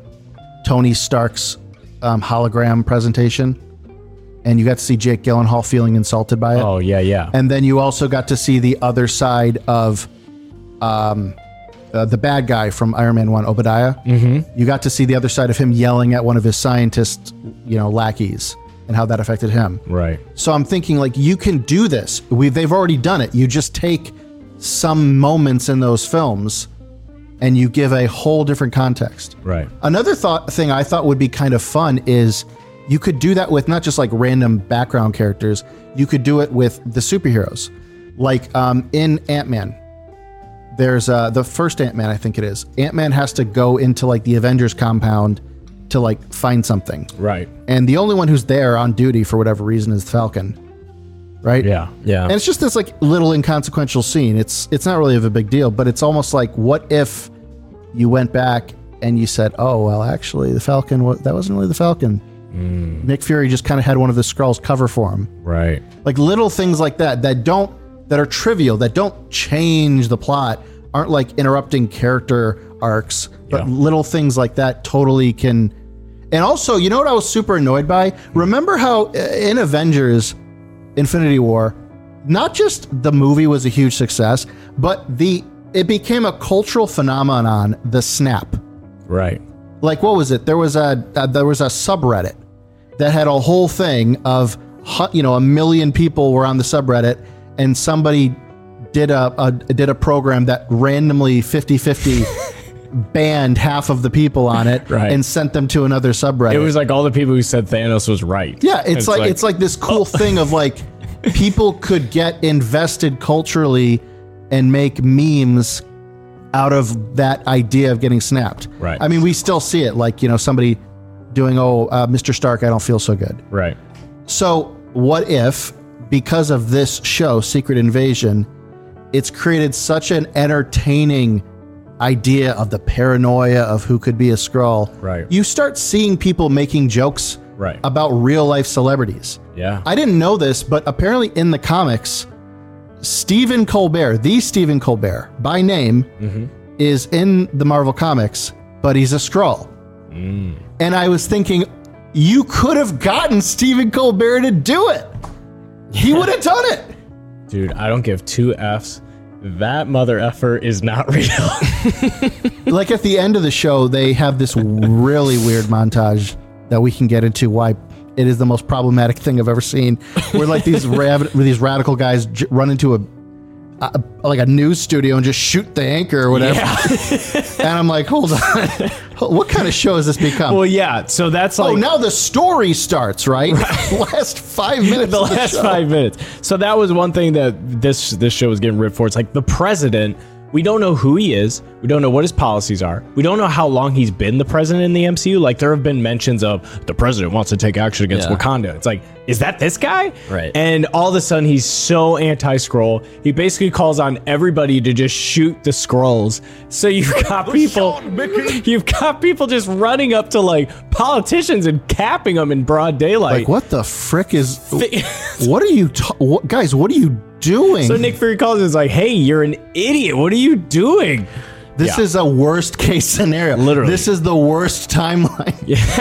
B: Tony Stark's um, hologram presentation? And you got to see Jake Gyllenhaal feeling insulted by it.
C: Oh yeah, yeah.
B: And then you also got to see the other side of um, uh, the bad guy from Iron Man 1, Obadiah. Mm-hmm. You got to see the other side of him yelling at one of his scientist, you know, lackeys and how that affected him.
C: right.
B: So I'm thinking like you can do this. We they've already done it. You just take some moments in those films and you give a whole different context.
C: Right.
B: Another thought thing I thought would be kind of fun is you could do that with not just like random background characters. You could do it with the superheroes, like um, in Ant Man. There's uh, the first Ant Man, I think it is. Ant Man has to go into like the Avengers compound to like find something,
C: Right.
B: and the only one who's there on duty for whatever reason is Falcon, right?
C: Yeah.
D: Yeah.
B: And it's just this like little inconsequential scene. It's it's not really of a big deal, but it's almost like what if you went back and you said, "Oh, well, actually, the Falcon wa- that wasn't really the Falcon." Nick Fury just kind of had one of the Skrulls cover for him.
C: Right.
B: Like little things like that that don't that are trivial, that don't change the plot, aren't like interrupting character arcs, but
C: Yeah.
B: little things like that totally can and also, you know what I was super annoyed by? Remember how uh, in Avengers Infinity War, not just the movie was a huge success, but the it became a cultural phenomenon, the snap.
C: Right.
B: Like what was it? There was a uh, there was a subreddit that had a whole thing of hu- you know, a million people were on the subreddit and somebody did a, a did a program that randomly 50-50 banned half of the people on it
C: Right.
B: and sent them to another subreddit.
C: It was like all the people who said Thanos was right.
B: Yeah, it's, like, it's like this cool thing of like people could get invested culturally and make memes out of that idea of getting snapped.
C: Right.
B: I mean, we still see it like, you know, somebody doing, "Oh, uh, Mr. Stark, I don't feel so good."
C: right.
B: So, what if because of this show, Secret Invasion, it's created such an entertaining idea of the paranoia of who could be a scroll.
C: Right.
B: You start seeing people making jokes
C: Right.
B: about real life celebrities.
C: Yeah.
B: I didn't know this, but apparently in the comics, Stephen Colbert, the Stephen Colbert by name, is in the Marvel comics, but he's a Skrull. And I was thinking, you could have gotten Stephen Colbert to do it. He would have done it.
C: Dude, I don't give two F's. That mother effer is not real.
B: Like at the end of the show, they have this really weird montage that we can get into why it is the most problematic thing I've ever seen. Where like these rav- these radical guys j- run into a, a like a news studio and just shoot the anchor or whatever. and I'm like, hold on, what kind of show has this become?
C: well, yeah. So that's like
B: oh, now the story starts, right? last five minutes.
C: the
B: of the
C: last
B: show.
C: five minutes. So that was one thing that this this show was getting ripped for. It's like the president. We don't know who he is. We don't know what his policies are. We don't know how long he's been the president in the MCU. Like there have been mentions of the president wants to take action against
D: Yeah.
C: Wakanda. It's like, is that this guy?
D: Right.
C: And all of a sudden he's so anti-scroll. He basically calls on everybody to just shoot the scrolls. So you've got people you've got people just running up to like politicians and capping them in broad daylight.
B: Like what the frick is? what are you, ta- what, guys? What are you doing?
C: So Nick Fury calls and is like, "Hey, you're an idiot. What are you doing?"
B: This
C: Yeah.
B: is a worst case scenario.
C: Literally.
B: This is the worst timeline.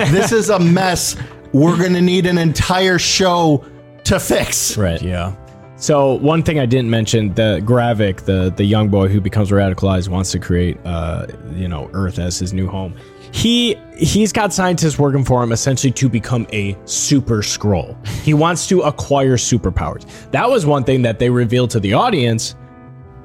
B: this is a mess we're going to need an entire show to fix.
D: right.
C: Yeah. So one thing I didn't mention: the Gravik, the the young boy who becomes radicalized, wants to create, uh, you know, Earth as his new home. He he's got scientists working for him essentially to become a super scroll. He wants to acquire superpowers. That was one thing that they revealed to the audience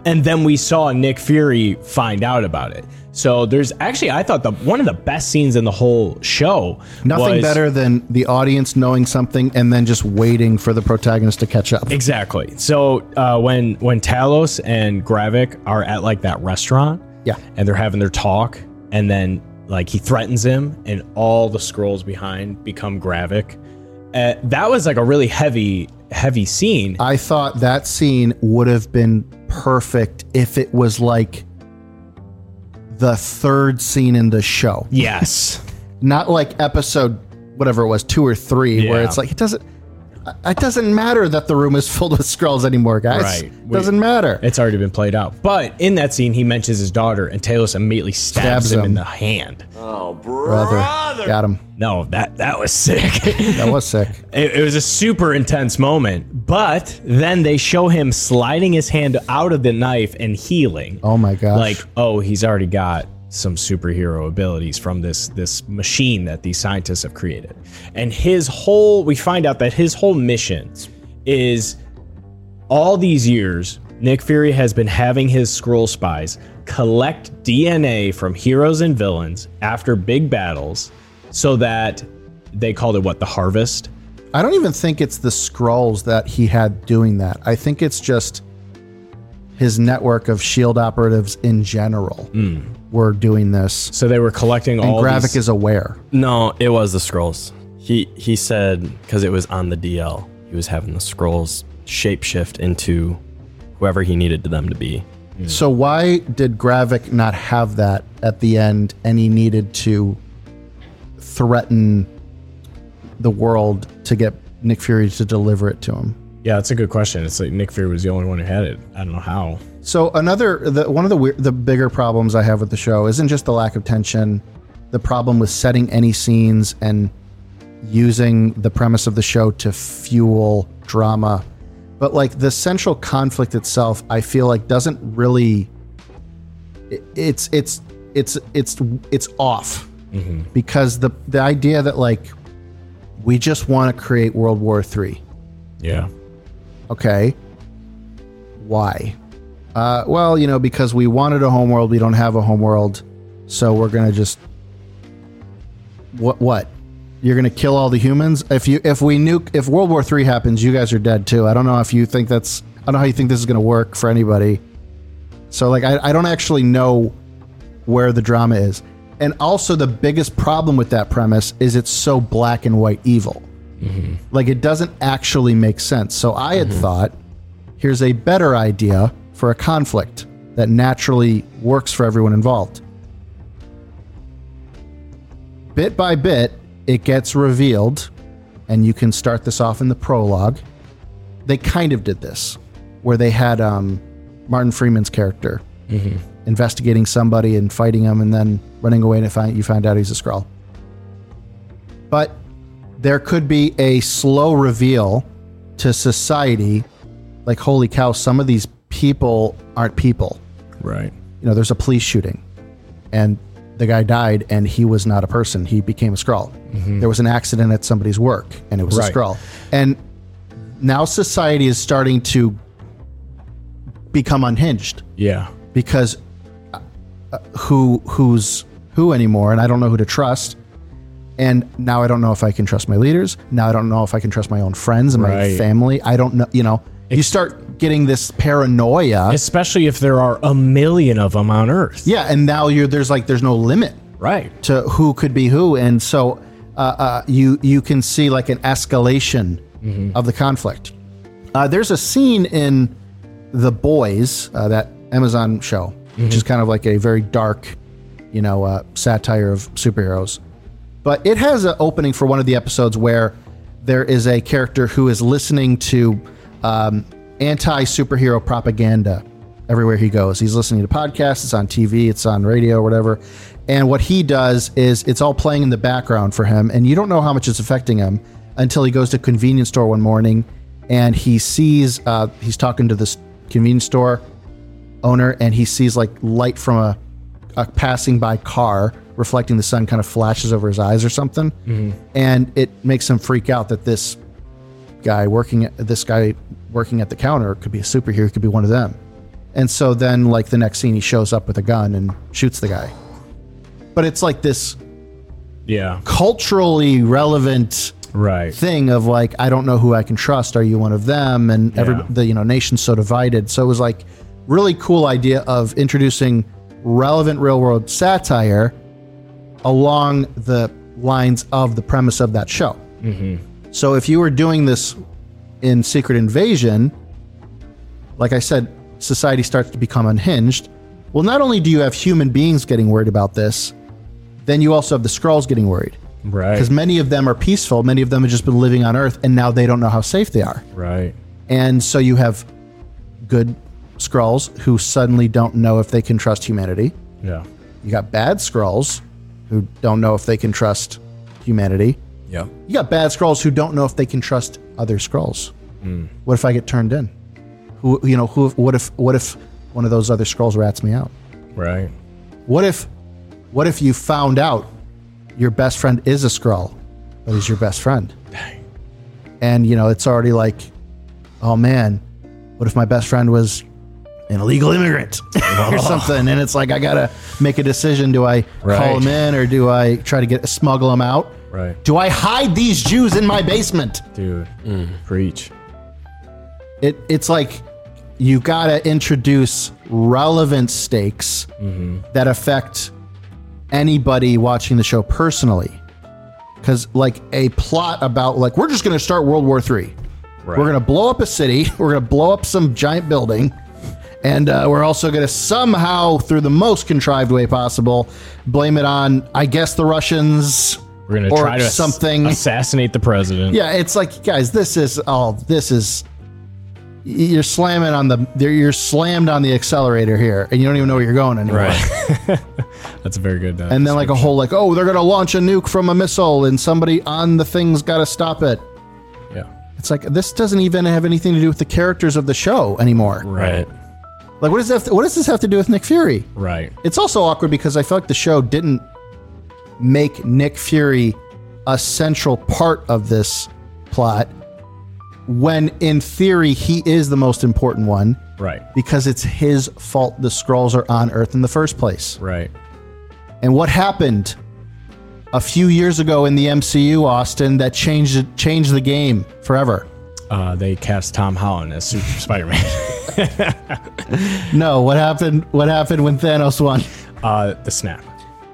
C: and then we saw Nick Fury find out about it. So there's actually I thought the one of the best scenes in the whole show.
B: Nothing
C: was-
B: better than the audience knowing something and then just waiting for the protagonist to catch up.
C: Exactly. So uh, when when Talos and Gravik are at like that restaurant,
B: Yeah.
C: and they're having their talk, and then like he threatens him, and all the scrolls behind become Gravik. Uh, that was like a really heavy, heavy scene.
B: I thought that scene would have been perfect if it was like the third scene in the show.
C: yes,
B: Not like episode whatever it was, two or three, where
C: Yeah.
B: it's like it doesn't it doesn't matter that the room is filled with scrolls anymore, guys.
C: Right. We-
B: Doesn't matter.
C: it's already been played out. But in that scene, he mentions his daughter, and Talos immediately stabs,
B: Stabs
C: him, in
B: him.
C: the hand.
B: Brother. Got him.
C: No, that that was sick.
B: That was sick.
C: It, it was a super intense moment, but then they show him sliding his hand out of the knife and healing.
B: Oh my gosh.
C: Like, oh, he's already got some superhero abilities from this this machine that these scientists have created. And his whole we find out that his whole mission is all these years Nick Fury has been having his scroll spies collect DNA from heroes and villains after big battles so that they called it what the harvest
B: I don't even think it's the scrolls that he had doing that. I think it's just his network of shield E operatives in general were doing this.
C: So they were collecting
B: And
C: Hmm. all.
B: Gravik
C: these-
B: is aware.
D: No, it was the scrolls. He he said because it was on the DL, he was having the scrolls shapeshift into whoever he needed them to be.
B: So why did Gravik not have that at the end and he needed to threaten the world to get Nick Fury to deliver it to him?
C: yeah, that's a good question. It's like Nick Fury was the only one who had it. I don't know how.
B: So another the, one of the weir- the bigger problems I have with the show isn't just the lack of tension, the problem with setting any scenes and using the premise of the show to fuel drama, but like the central conflict itself, I feel like doesn't really i- it's it's it's it's it's off because the the idea that like we just want to create World War Three.
C: Yeah.
B: Okay. Why? Uh, well, you know, because we wanted a homeworld, we don't have a homeworld, so we're gonna just what? What? You're gonna kill all the humans? If you if we nuke if World War Three happens, you guys are dead too. I don't know if you think that's I don't know how you think this is gonna work for anybody. So like I, I don't actually know where the drama is. And also the biggest problem with that premise is it's so black and white evil. Like it doesn't actually make sense. So I had thought, here's a better idea for a conflict that naturally works for everyone involved. Bit by bit, it gets revealed, and you can start this off in the prologue. They kind of did this, where they had um, Martin Freeman's character investigating somebody and fighting him, and then running away, and find, you find out he's a Skrull. But there could be a slow reveal to society like holy cow some of these people aren't people
C: Right.
B: you know there's a police shooting and the guy died and he was not a person he became a scroll there was an accident at somebody's work and it was a
C: Right.
B: scroll and now society is starting to become unhinged
C: Yeah.
B: because uh, uh, who who's who anymore and I don't know who to trust and now I don't know if I can trust my leaders now I don't know if I can trust my own friends and my
C: Right.
B: family I don't know you know you start getting this paranoia
C: Especially if there are a million of them on Earth.
B: yeah and now you're there's like there's no limit
C: Right.
B: to who could be who and so uh, uh, you you can see like an escalation of the conflict uh, there's a scene in the boys uh, that amazon show which is kind of like a very dark you know uh, satire of superheroes but it has an opening for one of the episodes where there is a character who is listening to um, anti superhero propaganda everywhere he goes. He's listening to podcasts, it's on TV, it's on radio, whatever. And what he does is it's all playing in the background for him, and you don't know how much it's affecting him until he goes to a convenience store one morning and he sees uh, he's talking to this convenience store owner and he sees like light from a, a passing by car reflecting the sun kind of flashes over his eyes or something and it makes him freak out that this guy working at this guy working at the counter could be a superhero could be one of them and so then like the next scene he shows up with a gun and shoots the guy but it's like this
C: Yeah.
B: culturally relevant
C: Right.
B: thing of like I don't know who I can trust. Are you one of them? And every
C: Yeah.
B: the you know nation's so divided. So it was like really cool idea of introducing relevant real world satire along the lines of the premise of that show.
C: Mm-hmm.
B: So if you were doing this in Secret Invasion, like I said, society starts to become unhinged. Well, not only do you have human beings getting worried about this, then you also have the Skrulls getting worried
C: Right.
B: because many of them are peaceful. Many of them have just been living on Earth, and now they don't know how safe they are.
C: Right.
B: And so you have good Skrulls who suddenly don't know if they can trust humanity.
C: Yeah.
B: You got bad Skrulls who don't know if they can trust humanity.
C: Yeah.
B: You got bad Skrulls who don't know if they can trust other Skrulls. What if I get turned in? Who you know? Who? What if? What if one of those other Skrulls rats me out?
C: Right.
B: What if? What if you found out your best friend is a Skrull, but he's your best friend? And you know it's already like, oh man, what if my best friend was an illegal immigrant or something? And it's like I gotta make a decision: do I
C: Right.
B: call him in or do I try to get smuggle him out?
C: Right.
B: Do I hide these Jews in my basement?
C: Dude.
B: Mm.
C: Preach.
B: It it's like you gotta introduce relevant stakes that affect anybody watching the show personally. Cause like a plot about like we're just gonna start World War Three.
C: Right.
B: We're gonna blow up a city. We're gonna blow up some giant building, and uh, we're also gonna somehow, through the most contrived way possible, blame it on I guess the Russians.
C: We're gonna
B: or
C: try to ass-
B: something.
C: assassinate the president.
B: Yeah, it's like guys, this is all this is you're slamming on the you're slammed on the accelerator here and you don't even know where you're going anymore.
C: That's a very good. Uh,
B: And then like a whole like, oh, they're gonna launch a nuke from a missile and somebody on the thing's gotta stop it.
C: yeah.
B: It's like this doesn't even have anything to do with the characters of the show anymore.
C: Right.
B: Like what does that what does this have to do with Nick Fury?
C: Right.
B: It's also awkward because I feel like the show didn't make Nick Fury a central part of this plot when in theory he is the most important one
C: Right.
B: because it's his fault the scrolls are on earth in the first place.
C: Right.
B: And what happened a few years ago in the MCU Austin that changed it- changed the game forever?
C: Uh, they cast Tom Holland as Super Spider-Man.
B: No, what happened what happened when Thanos won?
C: Uh, the snap.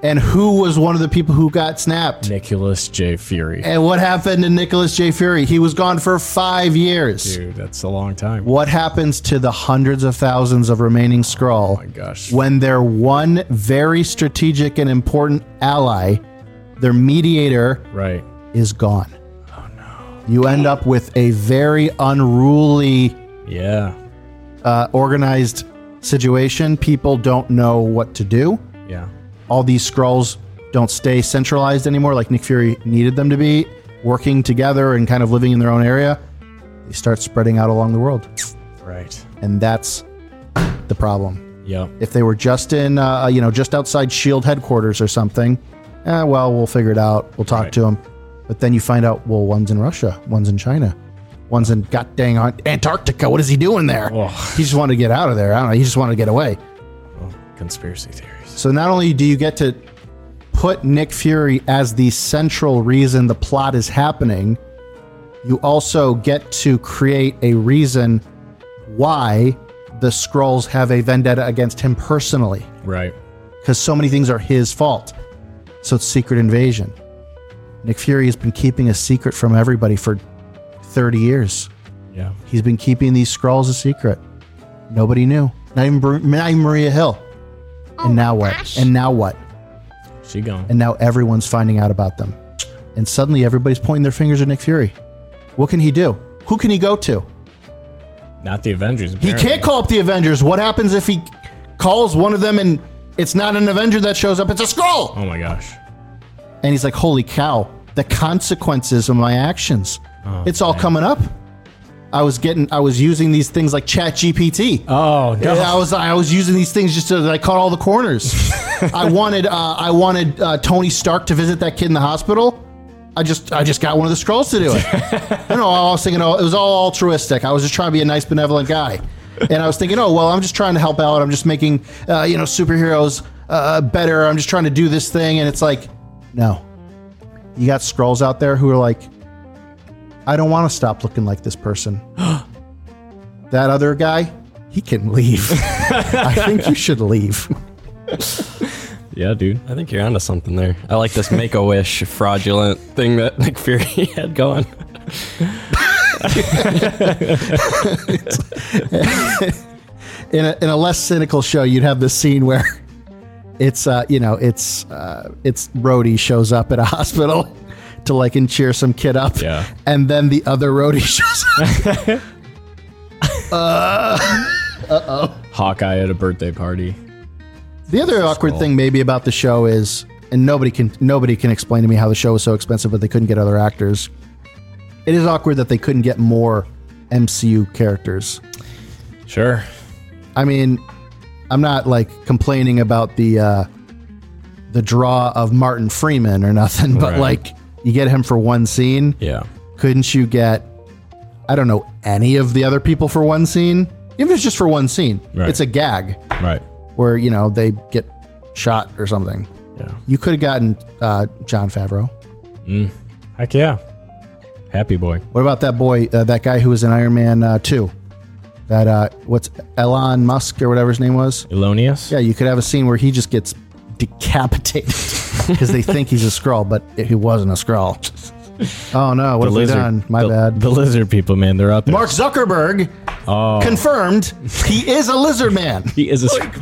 B: And who was one of the people who got snapped?
C: Nicholas J. Fury.
B: And what happened to Nicholas J. Fury? He was gone for five years.
C: Dude, that's a long time.
B: What happens to the hundreds of thousands of remaining Skrull
C: Oh gosh.
B: when their one very strategic and important ally, their mediator,
C: Right.
B: is gone? Oh no! You end up with a very unruly,
C: Yeah.
B: uh, organized situation. People don't know what to do.
C: Yeah.
B: all these scrolls don't stay centralized anymore like Nick Fury needed them to be, working together and kind of living in their own area. They start spreading out along the world.
C: Right.
B: And that's the problem.
C: Yep.
B: If they were just in, uh, you know, just outside S.H.I.E.L.D. headquarters or something, eh, well, we'll figure it out. We'll talk
C: Right.
B: to them. But then you find out, well, one's in Russia, one's in China, one's in god dang Ant- Antarctica. What is he doing there?
C: Oh.
B: He just wanted to get out of there. I don't know. He just wanted to get away.
C: Conspiracy theories.
B: So not only do you get to put Nick Fury as the central reason the plot is happening, you also get to create a reason why the scrolls have a vendetta against him personally
C: Right.
B: because so many things are his fault. So it's secret invasion. Nick Fury has been keeping a secret from everybody for 30 years.
C: Yeah.
B: He's been keeping these scrolls a secret. Nobody knew. Not even, Bru- not even Maria Hill. and now what? And now what?
C: She gone.
B: and now everyone's finding out about them. And suddenly everybody's pointing their fingers at Nick Fury. What can he do? Who can he go to?
C: Not the Avengers.
B: He can't call up the Avengers. What happens if he calls one of them and it's not an Avenger that shows up, it's a scroll?
C: Oh my gosh.
B: And he's like, holy cow, the consequences of my actions.
C: Oh,
B: it's all coming up. I was getting I was using these things like Chat GPT.
C: Oh no.
B: I was I was using these things just to I caught all the corners. I wanted uh, I wanted uh, Tony Stark to visit that kid in the hospital. I just I just got one of the scrolls to do it. I know I was thinking oh, it was all altruistic. I was just trying to be a nice benevolent guy, and I was thinking oh well I'm just trying to help out. I'm just making uh, you know superheroes uh, better. I'm just trying to do this thing, and it's like no, you got scrolls out there who are like I don't want to stop looking like this person. that other guy, he can leave. I think you should leave.
C: Yeah, dude.
D: I think you're onto something there. I like this make a wish fraudulent thing that Nick Fury had going.
B: in a, in a less cynical show, you'd have this scene where it's uh, you know it's uh, it's Rhodey shows up at a hospital to like and cheer some kid up,
C: Yeah.
B: and then the other Rhodey shows up.
C: Hawkeye at a birthday party.
B: the other awkward thing maybe about the show is, and nobody can nobody can explain to me how the show was so expensive, but they couldn't get other actors. It is awkward that they couldn't get more MCU characters.
C: Sure.
B: I mean, I'm not like complaining about the uh, the draw of Martin Freeman or nothing, but
C: Right.
B: like you get him for one scene.
C: Yeah.
B: Couldn't you get I don't know any of the other people for one scene? Even if it's just for one scene,
C: Right.
B: it's a gag
C: Right.
B: where you know they get shot or something.
C: Yeah.
B: You could have gotten uh, John Favreau.
C: Heck yeah. Happy boy.
B: What about that boy, uh, that guy who was in Iron Man uh, two? That uh, what's Elon Musk or whatever his name was?
C: Elonius?
B: Yeah, you could have a scene where he just gets decapitated because they think he's a scroll, but he wasn't a scroll. Oh no, what have we done? My
C: the,
B: bad.
C: The lizard people, man. They're up there.
B: Mark Zuckerberg Oh. confirmed he is a lizard man.
C: He is a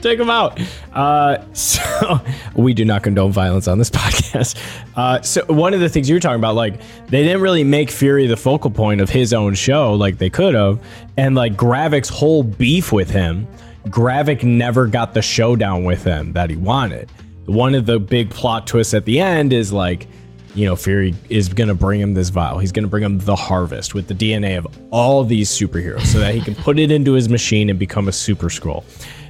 C: Take him out. Uh, so we do not condone violence on this podcast. Uh, so one of the things you were talking about, like they didn't really make Fury the focal point of his own show, like they could have, and like Gravik's whole beef with him, Gravik never got the showdown with him that he wanted. One of the big plot twists at the end is like you know, Fury is going to bring him this vial. He's going to bring him the harvest with the DNA of all these superheroes so that he can put it into his machine and become a super scroll.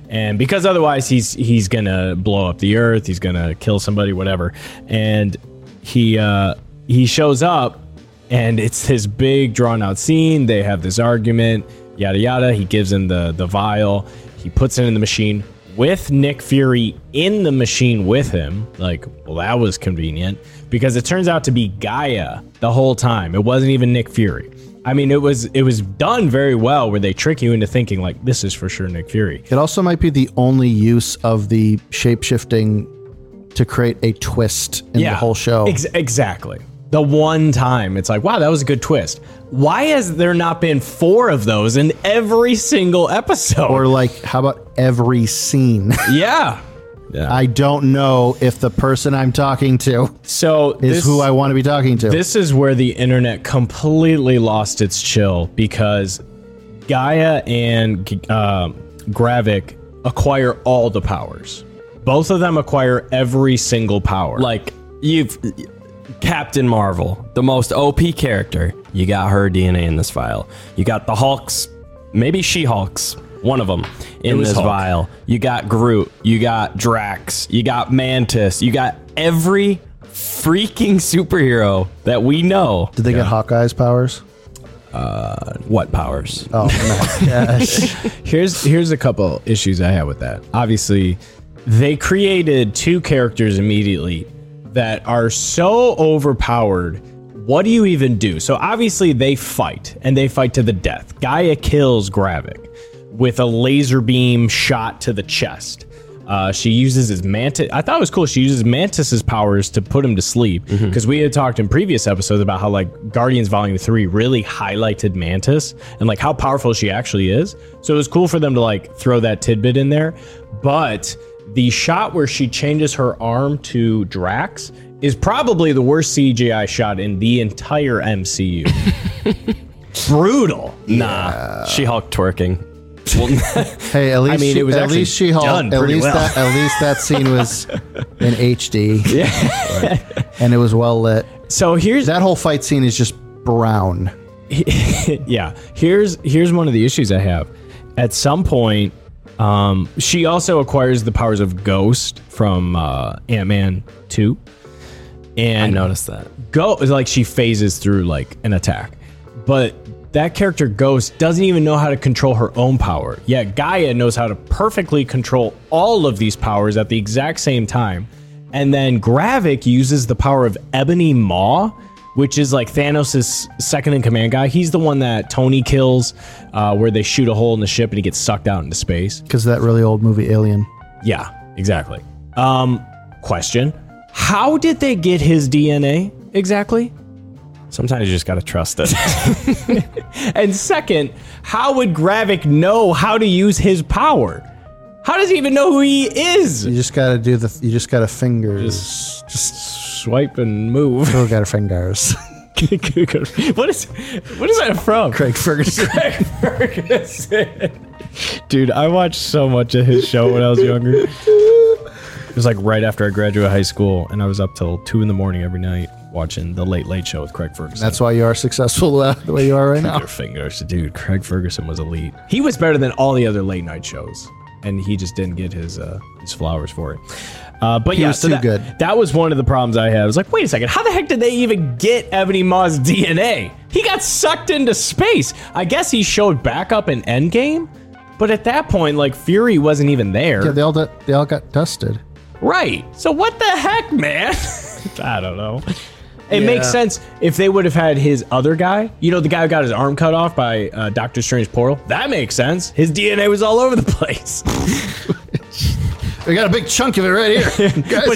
C: And because otherwise he's he's going to blow up the earth, he's going to kill somebody whatever. And he uh he shows up and it's this big drawn out scene. They have this argument, yada yada. He gives him the the vial. He puts it in the machine with Nick Fury in the machine with him. Like, well, that was convenient because it turns out to be Gaia the whole time. It wasn't even Nick Fury. I mean, it was it was done very well where they trick you into thinking like this is for sure Nick Fury.
B: It also might be the only use of the shape shifting to create a twist in the whole show.
C: Ex- exactly. The one time it's like, wow, that was a good twist. Why has there not been four of those in every single episode?
B: Or like, how about every scene?
C: yeah. Yeah.
B: I don't know if the person I'm talking to
C: so
B: is
C: this,
B: who I want to be talking to.
C: this is where the internet completely lost its chill because Gaia and uh, Gravik acquire all the powers. Both of them acquire every single power.
D: Like you've Captain Marvel, the most OP character. You got her DNA in this vial. You got the Hulks, maybe She Hulks, one of them in
C: was
D: this
C: Hulk.
D: vial. You got Groot. You got Drax. You got Mantis. You got every freaking superhero that we know.
B: Did they get Hawkeye's powers?
D: What powers?
B: Oh my gosh.
C: Here's here's a couple issues I have with that. Obviously, they created two characters immediately that are so overpowered. What do you even do? So obviously they fight and they fight to the death. Gaia kills Gravik with a laser beam shot to the chest. Uh, she uses his mantis. I thought it was cool. She uses Mantis's powers to put him to sleep because we had talked in previous episodes about how like Guardians Volume Three really highlighted Mantis and like how powerful she actually is. So it was cool for them to like throw that tidbit in there. But the shot where she changes her arm to Drax is probably the worst CGI shot in the entire MCU. Brutal.
D: Nah, She Hulk twerking.
B: hey, at least
C: mean,
B: she,
C: it was
B: at
C: actually
B: least she Hulk.
C: done
B: At
C: pretty
B: least
C: well.
B: that at least that scene was in HD. Yeah, and it was well lit.
C: So here's
B: That whole fight scene is just brown.
C: yeah here's here's one of the issues i have at some point um, she also acquires the powers of ghost from uh, ant-man 2
D: I
C: and
D: noticed that.
C: go like she phases through like an attack but that character ghost doesn't even know how to control her own power yet gaia knows how to perfectly control all of these powers at the exact same time and then gravik uses the power of ebony maw which is like Thanos' second in command guy. He's the one that Tony kills, uh, where they shoot a hole in the ship and he gets sucked out into space.
B: because that really old movie Alien.
C: Yeah, exactly. Um, question: How did they get his DNA exactly? Sometimes you just gotta trust it. and second, how would Gravik know how to use his power? How does he even know who he is?
B: You just gotta do the. You just gotta fingers.
C: Just, just swipe and move.
B: Still gotta fingers.
C: what is what is that from?
B: Craig Ferguson.
C: Craig Ferguson. Dude, I watched so much of his show when I was younger. It was like right after I graduated high school, and I was up till two in the morning every night watching the Late Late Show with Craig Ferguson.
B: That's why you are successful uh, the way you are right now.
C: your fingers, dude. Craig Ferguson was elite. He was better than all the other late night shows, and he just didn't get his uh, his flowers for it. Uh, but yeah,
B: was
C: so
B: too
C: that,
B: good.
C: that was one of the problems I had. I was like, wait a second, how the heck did they even get Ebony Maw's DNA? He got sucked into space. I guess he showed back up in Endgame, but at that point, like Fury wasn't even there.
B: Yeah, they all du- they all got dusted.
C: Right. So what the heck, man? I don't know. It
B: Yeah.
C: makes sense if they would have had his other guy. You know, the guy who got his arm cut off by uh, Doctor Strange portal. That makes sense. His DNA was all over the place.
B: We got a big chunk of it right here, guys.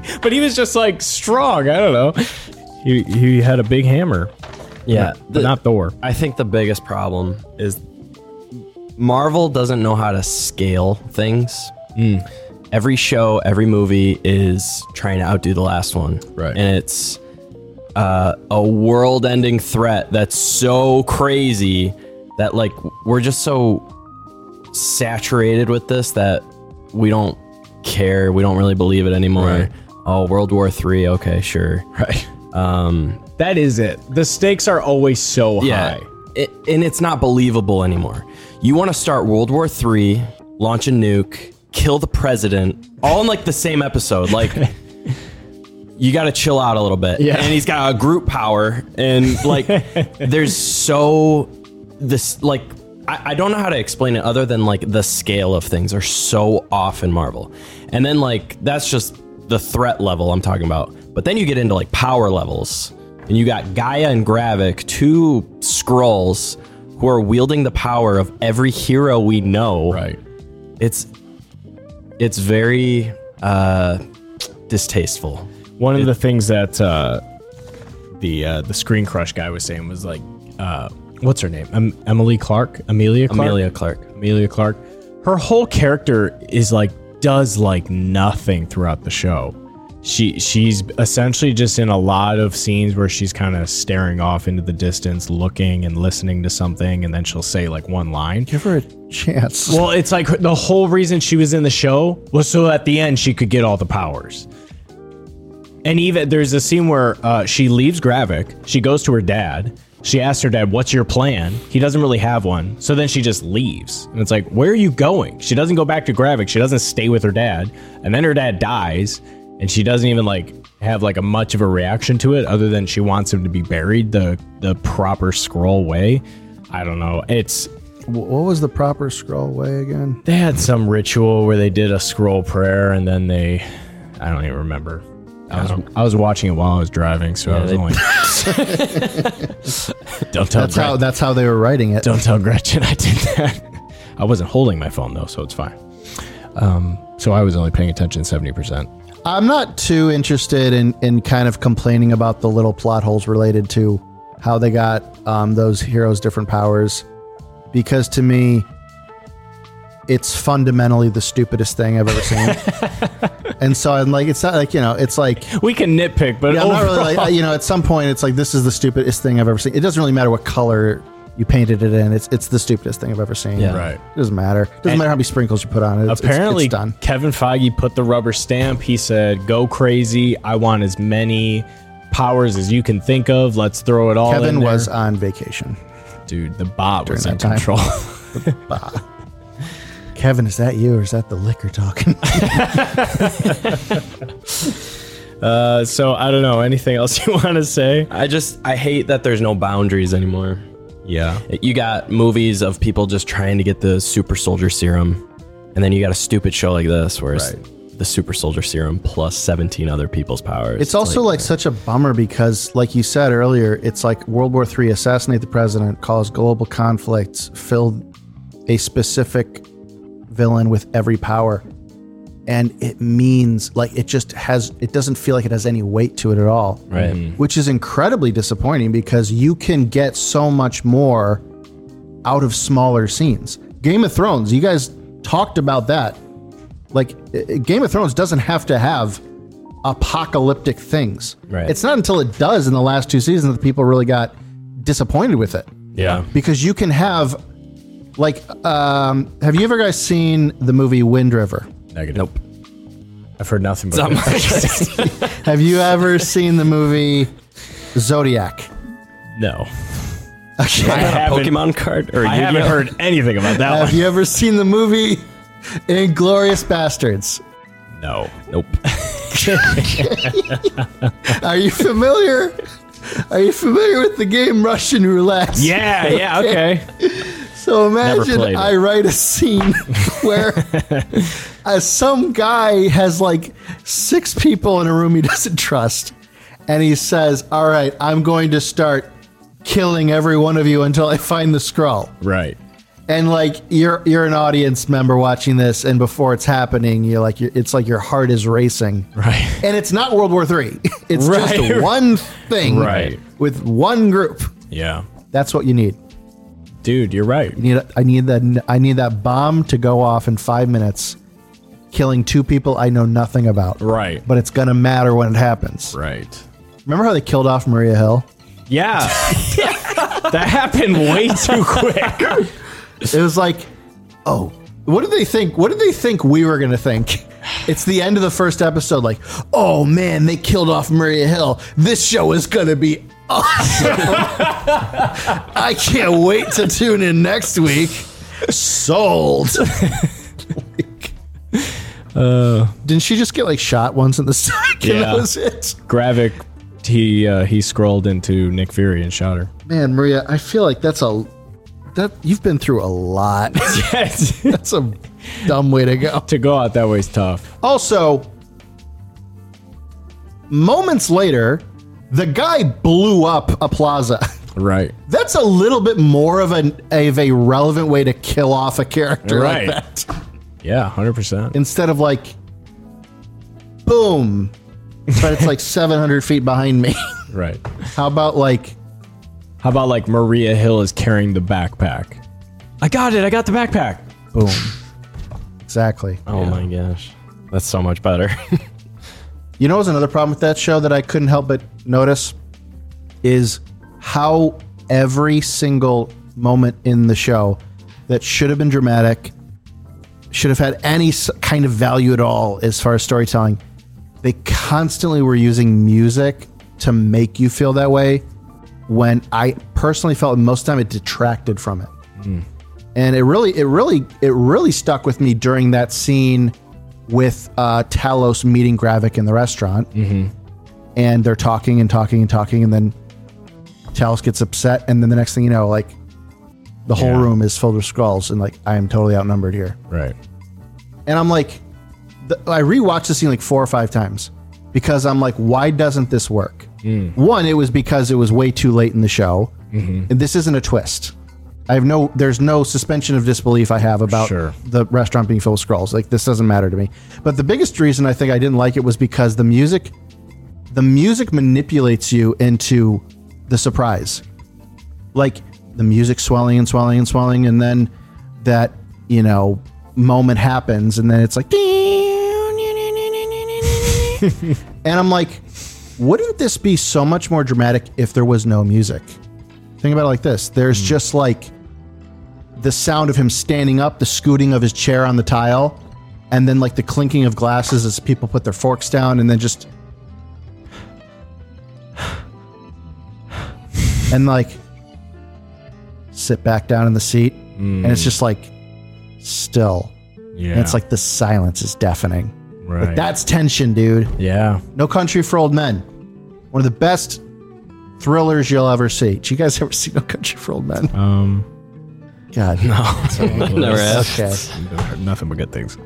C: but, he, but he was just like strong. I don't know. He, he had a big hammer.
D: Yeah,
C: but not Thor.
D: I think the biggest problem is Marvel doesn't know how to scale things.
C: Hmm.
D: Every show, every movie is trying to outdo the last one.
C: Right.
D: And it's uh, a world ending threat that's so crazy that, like, we're just so saturated with this that we don't care. We don't really believe it anymore.
C: Right.
D: Oh, World War Three. Okay, sure.
C: Right. Um. That is it. The stakes are always so
D: Yeah.
C: high.
D: It, and it's not believable anymore. You want to start World War III, launch a nuke, kill the president, all in like the same episode. Like, you got to chill out a little bit.
C: Yeah.
D: And he's got a group power. And like, there's so this, like, I, I don't know how to explain it other than like the scale of things are so off in Marvel. And then like, that's just the threat level I'm talking about. But then you get into like power levels. And you got Gaia and Gravik, two scrolls who are wielding the power of every hero we know
C: Right.
D: it's it's very uh distasteful
C: One of the things that uh, the uh, the Screen Crush guy was saying was like, uh, what's her name? Em- Emily Clark, Amelia Clark,
D: amelia clark
C: Amelia Clark. Her whole character is like does like nothing throughout the show. She she's essentially just in a lot of scenes where she's kind of staring off into the distance, looking and listening to something, and then she'll say like one line.
B: Give her a chance.
C: Well, it's like her- the whole reason she was in the show was so at the end she could get all the powers. And even there's a scene where uh, she leaves Gravik. She goes to her dad. She asks her dad, "What's your plan?" He doesn't really have one. So then she just leaves, and it's like, "Where are you going?" She doesn't go back to Gravik. She doesn't stay with her dad. And then her dad dies, and she doesn't even like have like a much of a reaction to it, other than she wants him to be buried the the proper scroll way. I don't know. It's
B: Wh- what was the proper scroll way again?
C: they had some ritual where they did a scroll prayer and then they i don't even remember i was i was watching it while i was driving so i was
D: they-
C: only don't tell
B: That's
C: Gret-
B: how that's how they were writing it.
C: don't tell gretchen i did that i wasn't holding my phone though so it's fine um so i was only paying attention 70%
B: I'm not too interested in in kind of complaining about the little plot holes related to how they got um, those heroes different powers, because to me, it's fundamentally the stupidest thing I've ever seen. and so I'm like, it's not like you know, it's like
C: we can nitpick but
B: Yeah, I'm
C: overall,
B: not really like, you know, at some point it's like this is the stupidest thing I've ever seen. It doesn't really matter what color you painted it in. It's it's the stupidest thing I've ever seen.
D: Yeah.
C: Right.
B: It doesn't matter. It doesn't matter how many sprinkles you put on it. It's, it's-
C: apparently
B: it's, done.
C: Kevin Feige put the rubber stamp. He said, "Go crazy! I want as many powers as you can think of. Let's throw it all."
B: Kevin
C: in there."
B: was on vacation.
C: dude. The bot was
B: During
C: in
B: that time.
C: control.
B: Kevin, is that you or is that the liquor talking?
C: uh, so I don't know anything else you want to say.
D: i just i hate that there's no boundaries anymore
C: Yeah,
D: you got movies of people just trying to get the super soldier serum and then you got a stupid show like this where it's the super soldier serum plus 17 other people's powers.
B: It's also like, such a bummer because, like you said earlier, it's like World War III, assassinate the president, cause global conflicts, fill a specific villain with every power. And it means like it just has, it doesn't feel like it has any weight to it at all.
D: Right.
B: Which is incredibly disappointing because you can get so much more out of smaller scenes. Game of Thrones, you guys talked about that. Like, i- i- Game of Thrones doesn't have to have apocalyptic things.
C: Right.
B: It's not until it does in the last two seasons that people really got disappointed with it
C: Yeah.
B: because you can have, like, um, have you ever guys seen the movie Wind River?
C: Negative. Nope. I've heard nothing but that.
B: Have you ever seen the movie Zodiac?
C: no.
D: I got a
C: haven't-
D: Pokemon card or
C: I haven't heard anything about that
B: Have
C: one.
B: you ever seen the movie Inglorious Bastards?
C: No.
D: Nope.
B: Are you familiar? Are you familiar with the game Russian roulette?
C: Yeah, yeah, okay.
B: So imagine
D: played it.
B: I write a scene where uh, some guy has like six people in a room he doesn't trust, and he says, "All right, I'm going to start killing every one of you until I find the scroll."
C: right.
B: And like you're you're an audience member watching this, and before it's happening, you're like you're, it's like your heart is racing.
C: Right.
B: and it's not World War Three. It's
C: Right.
B: just one thing
C: Right.
B: with one group.
C: Yeah.
B: That's what you need.
C: Dude, you're right.
B: You need I need that I need that bomb to go off in five minutes, killing two people I know nothing about.
C: Right.
B: But it's gonna matter when it happens.
C: Right.
B: Remember how they killed off Maria Hill?
C: Yeah. that happened way too quick.
B: It was like, oh, what did they think? What did they think we were gonna think? It's the end of the first episode. Like, oh man, they killed off Maria Hill. This show is gonna be awesome. I can't wait to tune in next week. Sold. Like, Didn't she just get like shot once in the stomach? And
C: Yeah.
B: that was it.
C: Gravik he uh, he scrolled into Nick Fury and shot her.
B: Man, Maria, I feel like that's a that you've been through a lot. that's a dumb way to go.
C: to go out that way is tough.
B: Also, moments later, the guy blew up a plaza.
C: Right.
B: That's a little bit more of an of a relevant way to kill off a character
C: Right.
B: like that.
C: Yeah, 100%.
B: Instead of like boom. But it's like seven hundred feet behind me.
C: Right.
B: How about like
C: How about like Maria Hill is carrying the backpack? I got it. I got the backpack.
B: boom? Exactly.
D: oh my gosh.
C: That's so much better.
B: You know, what was another problem with that show that I couldn't help but notice is how every single moment in the show that should have been dramatic, should have had any s- kind of value at all as far as storytelling, they constantly were using music to make you feel that way. When I personally felt most of the time it detracted from it, and it really, it really, it really stuck with me during that scene with uh, Talos meeting Gravik in the restaurant, and they're talking and talking and talking, and then Talos gets upset, and then the next thing you know, like the whole
C: Yeah.
B: room is filled with skulls, and like I am totally outnumbered here.
C: right.
B: And I'm like, th- I rewatched the scene like four or five times because I'm like, why doesn't this work? One, it was because it was way too late in the show. And this isn't a twist. I have no, there's no suspension of disbelief I have about
C: Sure.
B: the restaurant being filled with scrolls. Like, this doesn't matter to me. But the biggest reason I think I didn't like it was because the music, the music manipulates you into the surprise like the music swelling and swelling and swelling, and then that you know moment happens, and then it's like, and I'm like, wouldn't this be so much more dramatic if there was no music? Think about it like this: there's just like the sound of him standing up, the scooting of his chair on the tile, and then like the clinking of glasses as people put their forks down, and then just. And like, sit back down in the seat and it's just like still
C: Hmm. Yeah.
B: and it's like the silence is deafening
C: right.
B: that's tension dude
C: yeah.
B: no country for old men one of the best thrillers you'll ever see did you guys ever see no country for old men
C: Um
B: God, no.
D: Never have.
B: Okay.
C: Nothing but good things.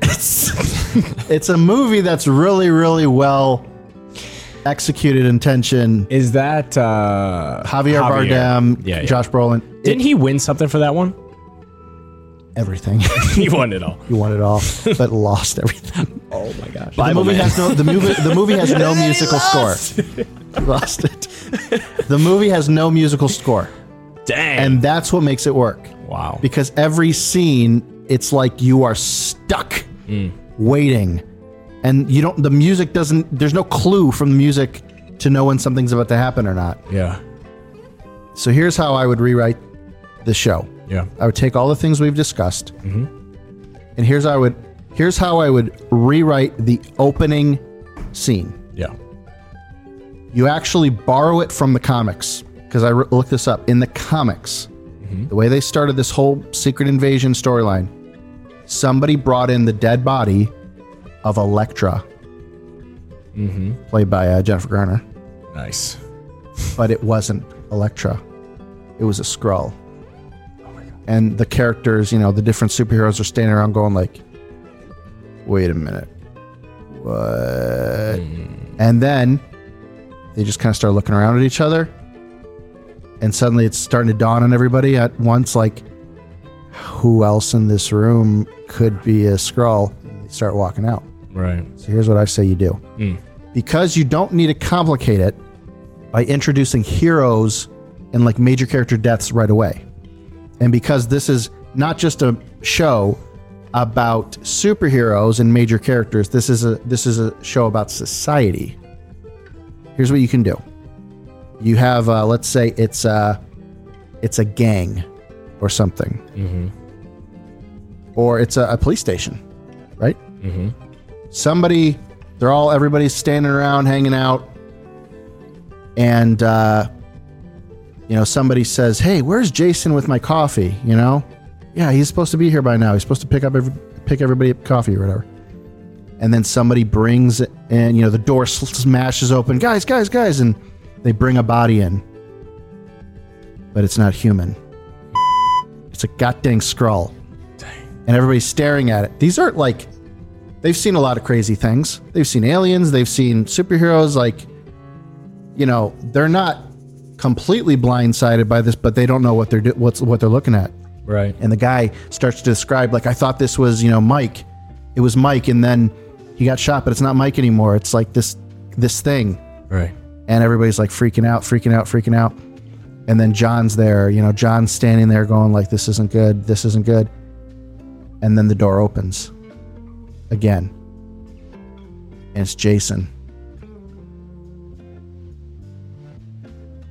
B: It's a movie that's really, really well executed intention.
C: Is that uh
B: Javier, Bardem,
C: Yeah, yeah.
B: Josh Brolin,
C: Didn't he win something for that one?
B: everything.
C: He won it all.
B: you won it all, but lost everything.
C: Oh my gosh.
B: The
D: Bible
B: movie
D: Man.
B: has no the movie the movie has no musical score. He lost it. The movie has no musical score,
C: Dang.
B: and that's what makes it work.
C: wow.
B: Because every scene, it's like you are stuck
C: Mm.
B: waiting, and you don't. The music doesn't. There's no clue from the music to know when something's about to happen or not.
C: yeah.
B: So here's how I would rewrite the show.
C: Yeah.
B: I would take all the things we've discussed, and here's how I would here's how I would rewrite the opening scene.
C: Yeah.
B: You actually borrow it from the comics because I re- looked this up in the comics. The way they started this whole secret invasion storyline, somebody brought in the dead body of Elektra, played by uh, Jennifer Garner,
C: Nice.
B: but it wasn't Elektra; it was a Skrull. And the characters, you know, the different superheroes are standing around going like, "Wait a minute, what?" And then they just kind of start looking around at each other, and suddenly it's starting to dawn on everybody at once, like, who else in this room could be a Skrull? And They start walking out.
C: Right.
B: So here's what I say you do. Because you don't need to complicate it by introducing heroes and like major character deaths right away. And because this is not just a show about superheroes and major characters, this is a this is a show about society. Here's what you can do. You have uh, let's say it's a it's a gang or something. Or it's a, a police station, right? somebody they're all everybody's standing around hanging out and uh you know somebody says hey where's jason with my coffee you know yeah he's supposed to be here by now he's supposed to pick up every pick everybody up coffee or whatever and then somebody brings and you know the door sl- smashes open guys guys guys and they bring a body in but it's not human it's a goddamn scroll and everybody's staring at it these aren't like they've seen a lot of crazy things. They've seen aliens, they've seen superheroes like you know, they're not completely blindsided by this, but they don't know what they're do- what's what they're looking at.
C: Right.
B: And the guy starts to describe like I thought this was, you know, Mike. It was Mike and then he got shot, but it's not Mike anymore. It's like this this thing
C: Right.
B: and everybody's like freaking out, freaking out, freaking out. And then John's there, you know, John's standing there going like this isn't good, this isn't good. And then the door opens again. And it's Jason.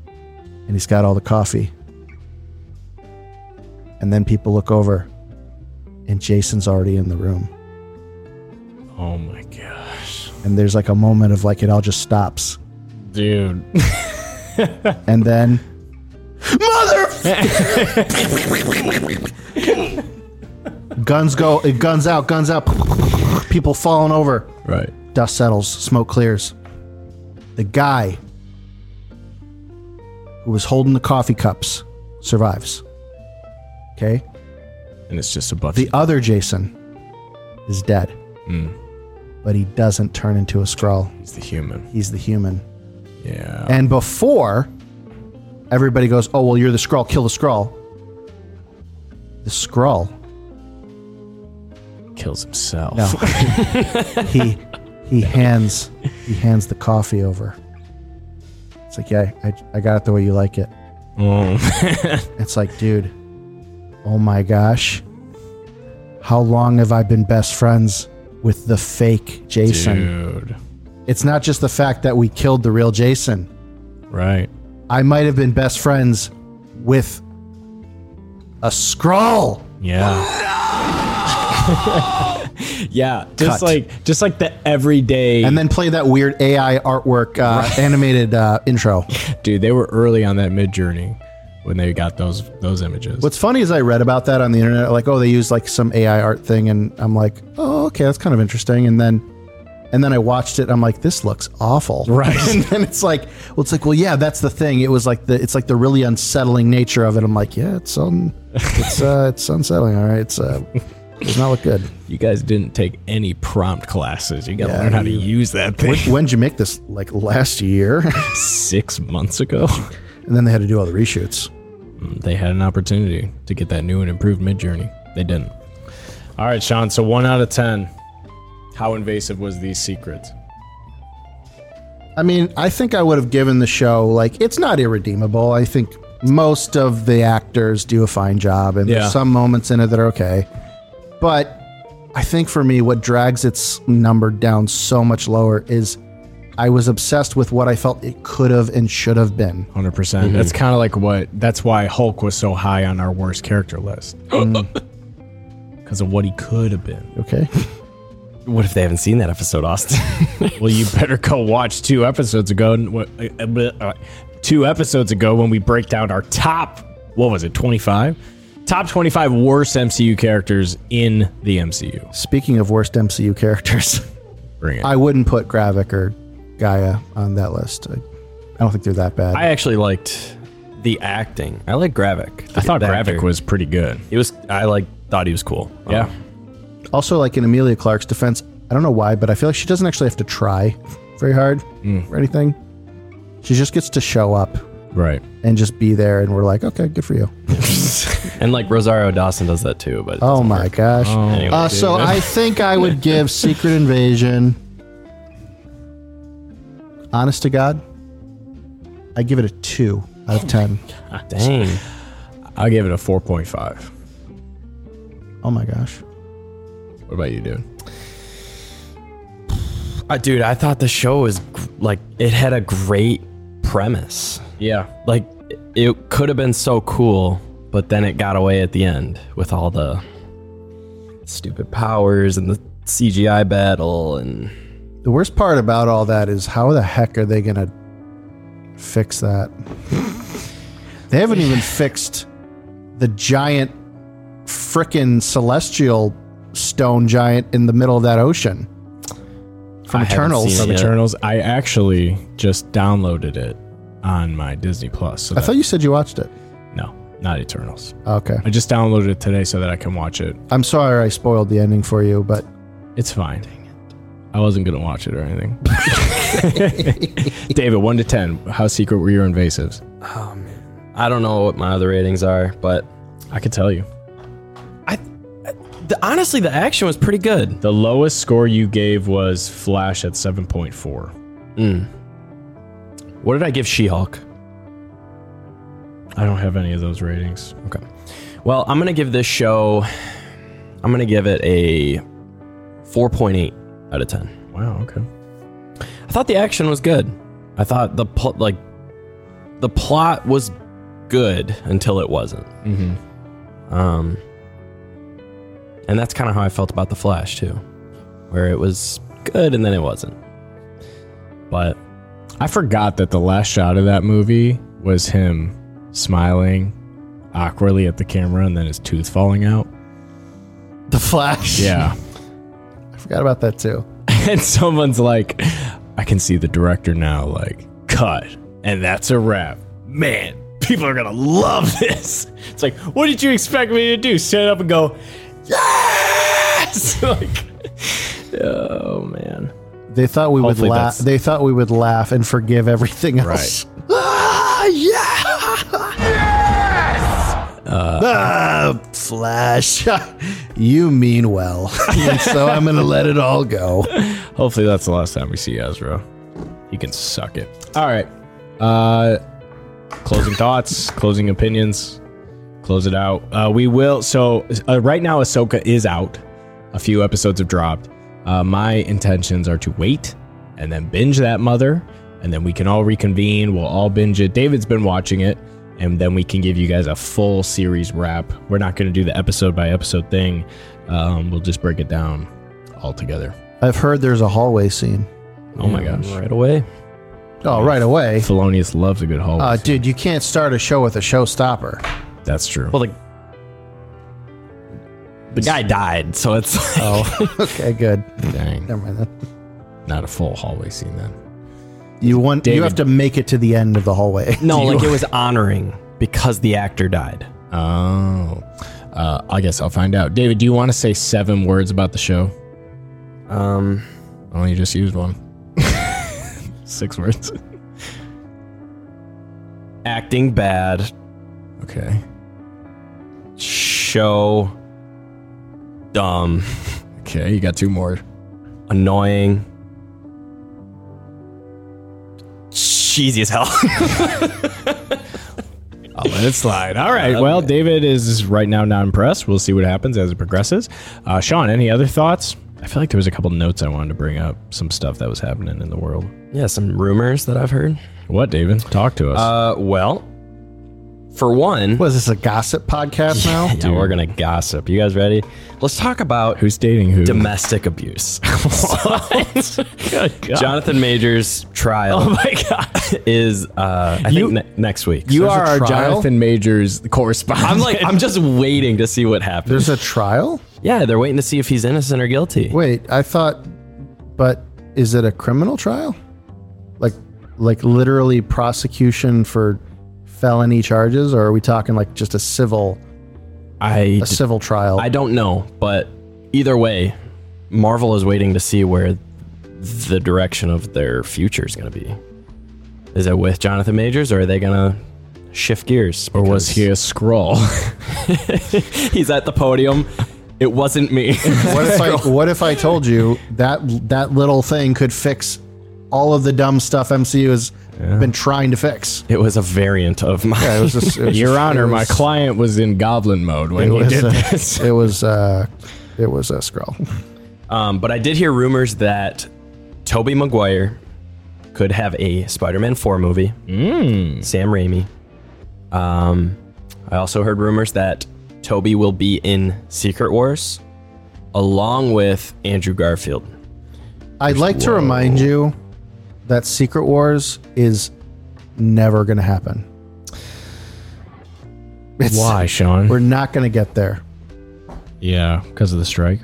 B: And he's got all the coffee. And then people look over and Jason's already in the room.
C: Oh my gosh.
B: And there's like a moment of like it all just stops.
C: Dude.
B: And then Mother Guns go uh, guns out, guns out. People falling over.
C: Right.
B: Dust settles, smoke clears. The guy who was holding the coffee cups survives. Okay?
C: And it's just a Buffy.
B: The other Jason is dead. But he doesn't turn into a Skrull.
C: He's the human.
B: He's the human.
C: Yeah.
B: And before everybody goes, oh, well, you're the Skrull, kill the Skrull. The Skrull,
C: Kills himself.
B: no. he he hands he hands the coffee over. It's like, yeah, I, I got it the way you like it.
C: Oh.
B: It's like, dude, oh my gosh. How long have I been best friends with the fake Jason?
C: Dude.
B: It's not just the fact that we killed the real Jason.
C: Right.
B: I might have been best friends with a scroll.
C: Yeah. yeah. Just
B: Cut.
C: like just like the everyday
B: And then play that weird AI artwork uh, animated uh, intro.
C: dude, they were early on that mid journey when they got those those images.
B: What's funny is I read about that on the internet, like, oh, they use like some AI art thing, and I'm like, oh, okay, that's kind of interesting. And then And then I watched it. And I'm like, this looks awful.
C: Right.
B: And then it's like, well, it's like, well, yeah, that's the thing. It was like the, it's like the really unsettling nature of it. I'm like, yeah, it's un, it's uh, it's unsettling. All right, it's uh, does not look good.
C: You guys didn't take any prompt classes. You got to
B: Yeah,
C: learn how to use that thing.
B: When'd you make this? Like last year.
C: Six months ago,
B: and then they had to do all the reshoots.
C: they had an opportunity to get that new and improved mid journey. They didn't. All right, Sean. So one out of 10. How invasive was these secrets?
B: I mean, I think I would have given the show like it's not irredeemable. I think most of the actors do a fine job, and
C: Yeah.
B: there's some moments in it that are okay. But I think for me, what drags its number down so much lower is I was obsessed with what I felt it could have and should have been.
C: Hundred
D: Mm-hmm.
C: percent. That's kind of like what. That's why Hulk was so high on our worst character list,
D: Mm.
C: because of what he could have been.
B: Okay,
D: What if they haven't seen that episode, Austin?
C: Well, you better go watch two episodes ago. and what- uh, uh, Two episodes ago, when we break down our top, what was it, twenty five? Top twenty five worst MCU characters in the MCU.
B: speaking of worst MCU characters,
C: Bring it. I,
B: I wouldn't put Gravik or Gaia on that list. I, I don't think they're that bad.
D: I actually liked the acting. I like Gravik.
C: thought
D: The
C: Gravik
D: actor.
C: was pretty good.
D: It was. I like thought he was cool.
C: Yeah.
D: Um,
B: Also, like in Amelia Clark's defense, I don't know why, but I feel like she doesn't actually have to try very hard or anything. She just gets to show up
C: Right.
B: and just be there, and we're like, okay, good for you.
D: and like Rosario Dawson does that too. But
B: Oh my gosh.
D: anyway,
B: uh, so I think I would give Secret Invasion, honest to God, I give it a two out of 10.
D: dang.
C: I gave it a four point five.
B: Oh my gosh.
C: What about you, dude?
D: Uh, dude, I thought the show was gr- like it had a great premise.
C: Yeah.
D: Like it could have been so cool, but then it got away at the end with all the stupid powers and the CGI battle and
B: The worst part about all that is how the heck are they going to fix that? they haven't even fixed the giant frickin' celestial stone giant in the middle of that ocean from
D: I haven't
B: Eternals.
D: seen
C: From
D: Yeah.
C: Eternals, I actually just downloaded it on my Disney Plus. So
B: I
C: that-
B: thought you said you watched it.
C: no, not Eternals.
B: Okay.
C: I just downloaded it today so that I can watch it.
B: I'm sorry I spoiled the ending for you, but
C: It's fine. I wasn't gonna watch it or anything. David, one to ten. How secret were your invasives?
D: I don't know what my other ratings are, but
C: I could tell you.
D: I the, honestly the action was pretty good.
C: The lowest score you gave was Flash at seven point four.
D: What did I give She-Hulk?
C: I don't have any of those ratings.
D: Okay. Well, I'm going to give this show I'm going to give it a 4.8 out of 10.
C: Wow. Okay.
D: I thought the action was good. I thought the pl- like the plot was good until it wasn't. Mm-hmm. Um, and that's kind of how I felt about the Flash too, where it was good and then it wasn't. But
C: I forgot that the last shot of that movie was him smiling awkwardly at the camera and then his tooth falling out.
B: The Flash.
C: Yeah.
B: I forgot about that too.
C: and someone's like, I can see the director now, like, cut. And that's a wrap. Man, people are going to love this. It's like, what did you expect me to do? Stand up and go, yes! like,
D: oh man,
B: They thought we
D: Hopefully
B: would laugh.
D: that's-
B: They thought we would laugh and forgive everything else. Ah, yeah. ah, Flash, you mean well. And so I'm gonna let it all go.
C: hopefully that's the last time we see Ezra. He can suck it. All right. Uh, closing thoughts, closing opinions. Close it out. Uh, we will. So uh, right now, Ahsoka is out. A few episodes have dropped. Uh, my intentions are to wait and then binge that mother, and then we can all reconvene. We'll all binge it. David's been watching it, and then we can give you guys a full series wrap. We're not going to do the episode by episode thing. Um, we'll just break it down all together.
B: I've heard there's a hallway scene.
C: Oh my gosh.
D: right away.
B: Oh, right away.
C: Felonious loves a good haul.
B: Uh, dude, you can't start a show with a showstopper.
C: That's true.
D: Well, the the guy died, so it's like,
B: Okay, good.
C: dang.
B: Never mind that.
C: Not a full hallway scene then.
B: You want you
C: David.
B: have to make it to the end of the hallway.
A: No, like it was honoring because the actor died.
C: Oh. Uh, I guess I'll find out. David, do you want to say seven words about the show?
A: Um,
C: Oh, you just used one. Six words.
A: acting bad.
C: Okay.
A: Show. Dumb.
C: Okay, you got two more.
A: Annoying. Cheesy as hell.
C: I'll let it slide. All right. Well, David is right now not impressed. We'll see what happens as it progresses. Uh, Sean, any other thoughts? I feel like there was a couple notes I wanted to bring up, some stuff that was happening in the world.
D: Yeah, some rumors that I've heard.
C: What, David? Talk to us.
D: Uh, well, for one,
B: Was this a gossip podcast now?
D: yeah, we're gonna gossip. You guys ready? Let's talk about
C: Who's dating who?
D: domestic abuse.
C: Good God.
D: Jonathan Majors trial. Oh my god, is uh, I
C: You-
D: think ne- next week.
C: you
B: There's a
C: are our
B: trial?
C: Jonathan Majors correspondent.
D: I'm like, I'm just waiting to see what happens.
B: There's a trial?
D: Yeah, they're waiting to see if he's innocent or guilty.
B: Wait, I thought but is it a criminal trial? Like like literally prosecution for felony charges or are we talking like just a civil
D: I
B: a civil trial?
D: I don't know, but either way, Marvel is waiting to see where the direction of their future is going to be. Is it with Jonathan Majors, or are they going to shift gears?
C: or was he a scroll?
D: He's at the podium. It wasn't me.
B: What if I what if I told you that that little thing could fix all of the dumb stuff MCU has been trying to fix?
D: it was a variant of my.
B: Yeah, it was just, it was
C: Your
B: just-
C: Honor,
B: it
C: my
B: was-
C: client was in goblin mode when
B: It
C: he
B: was,
C: did
B: a,
C: this.
B: it was uh it was a scroll.
D: Um, but I did hear rumors that Toby Maguire could have a Spider-Man 4 movie.
C: Hmm.
D: Sam Raimi. Um, I also heard rumors that Toby will be in Secret Wars along with Andrew Garfield.
B: I'd like to remind you that Secret Wars is never going to happen. It's-
C: Why, Sean?
B: We're not going to get there.
C: Yeah, because of the strike.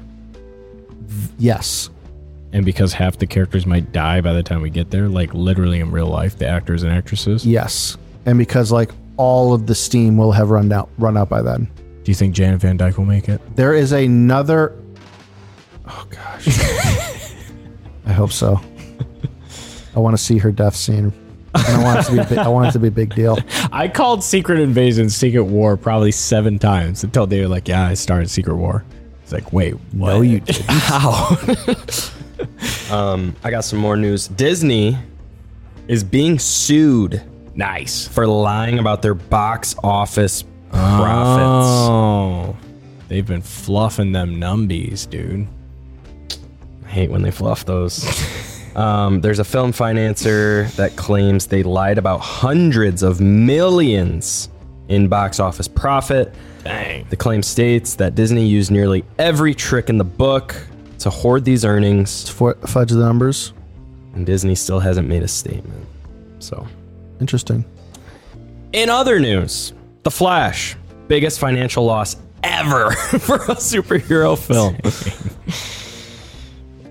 B: Yes.
C: And because half the characters might die by the time we get there, like literally in real life, the actors and actresses.
B: Yes. And because like all of the steam will have run out run out by then.
C: Do you think Janet Van Dyke will make it?
B: There is another Oh gosh. I hope so. I want to see her death scene. And I want it to be a bi- I want it to be a big deal.
C: I called Secret Invasion Secret War probably seven times until they were like, yeah, I started Secret War. It's like, wait, what?
B: No you didn't.
D: I got some more news. Disney is being sued
C: Nice.
D: for lying about their box office profits.
C: Oh. They've been fluffing them numbies, dude.
D: I hate when they fluff those. um, there's a film financer that claims they lied about hundreds of millions in box office profit.
C: Dang.
D: The claim states that Disney used nearly every trick in the book to hoard these earnings,
B: For, fudge the numbers.
D: and Disney still hasn't made a statement. So,
B: Interesting.
D: in other news, The Flash, biggest financial loss ever for a superhero film.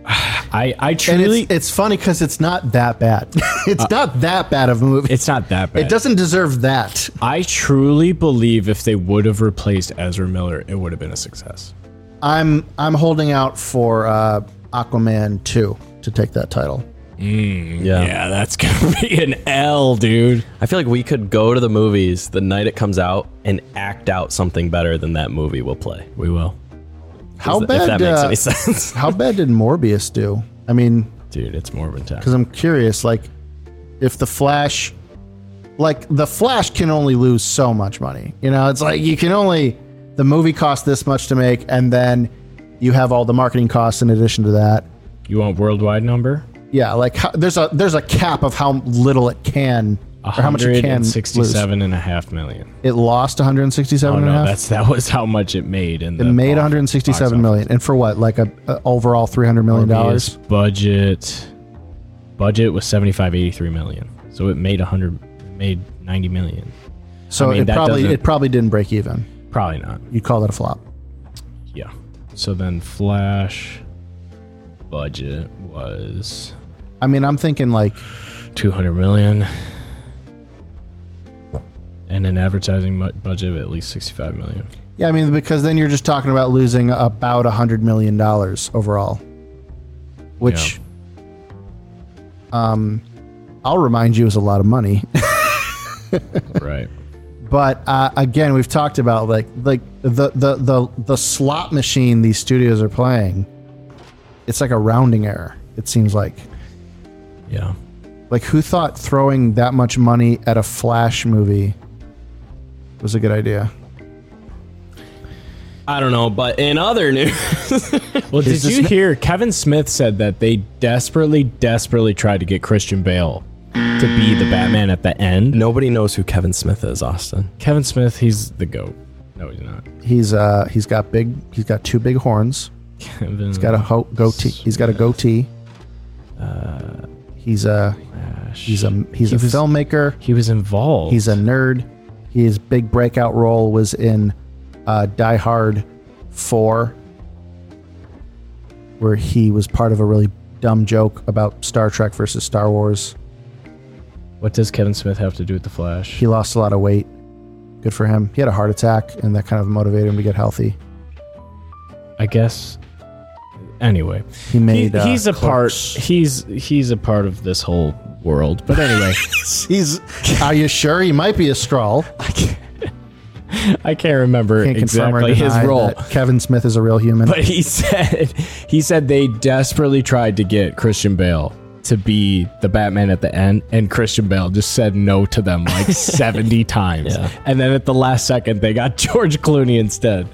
C: I, I
B: And
C: truly. It's,
B: it's, it's funny because it's not that bad. it's
D: Uh,
B: not that bad of a movie.
C: not that bad.
B: it doesn't deserve that.
C: I truly believe if they would have replaced Ezra Miller, it would have been a success.
B: I'm I'm holding out for uh, Aquaman two to take that title.
C: Yeah, that's gonna be an L, dude.
D: I feel like we could go to the movies the night it comes out and act out something better than that movie will play.
C: We will,
B: How
D: if
B: bad?
D: that makes
B: uh,
D: any sense.
B: how bad did Morbius do? I mean,
C: dude. It's Morbin time.
B: because I'm curious, like if the Flash, like the Flash can only lose so much money. You know, it's like you can only the movie costs this much to make, and then you have all the marketing costs in addition to that.
C: You want worldwide number?
B: Yeah, like how, there's a there's a cap of how little it can or how much it can lose.
C: 167 and a half million.
B: It lost 167
C: Oh
B: and a
C: no,
B: half.
C: that's that was how much it made, and
B: it made 167 million, and for what? Like a, a overall 300 million dollars.
C: Budget budget was 75, 83 million. So it made 100, made 90 million.
B: So
C: I mean,
B: it
C: that
B: probably
C: doesn't-
B: it probably didn't break even.
C: Probably not.
B: You'd call that a flop.
C: Yeah. So then Flash, budget was
B: I mean, I'm thinking like
C: 200 million and an advertising mu- budget of at least 65 million.
B: Yeah, I mean, because then you're just talking about losing about a hundred million dollars overall, which, um, I'll remind you is a lot of money.
C: Right.
B: but uh, again, we've talked about like like the, the the the slot machine these studios are playing. It's like a rounding error. It seems like
C: Yeah.
B: like who thought throwing that much money at a Flash movie was a good idea?
D: I don't know, but in other news,
C: Well, did
B: this
C: you
B: n-
C: hear Kevin Smith said that they desperately, desperately tried to get Christian Bale to be the Batman at the end?
A: Nobody knows who Kevin Smith is, Austin.
C: Kevin Smith, he's the GOAT. No, he's not.
B: He's uh he's got big he's got two big horns.
C: Kevin
B: He's got a ho- goatee. He's got a goatee. he's a he's a he's a
C: Uh, He was-
B: filmmaker.
C: he was involved.
B: He's a nerd. His big breakout role was in uh, Die Hard Four, where he was part of a really dumb joke about Star Trek versus Star Wars.
C: what does Kevin Smith have to do with the Flash?
B: He lost a lot of weight. Good for him. He had a heart attack, and that kind of motivated him to get healthy.
C: I guess. Anyway,
B: He made.
C: He-
B: uh,
C: he's a
B: Clerks.
C: part. He's he's a part of this whole world. But anyway,
B: He's. Are you sure he might be a Skrull?
C: I can't remember
B: can't confirm
C: exactly
B: or
C: his
B: deny
C: role.
B: that Kevin Smith is a real human.
C: But he said he said they desperately tried to get Christian Bale to be the Batman at the end, and Christian Bale just said no to them like seventy times. And then at the last second, they got George Clooney instead.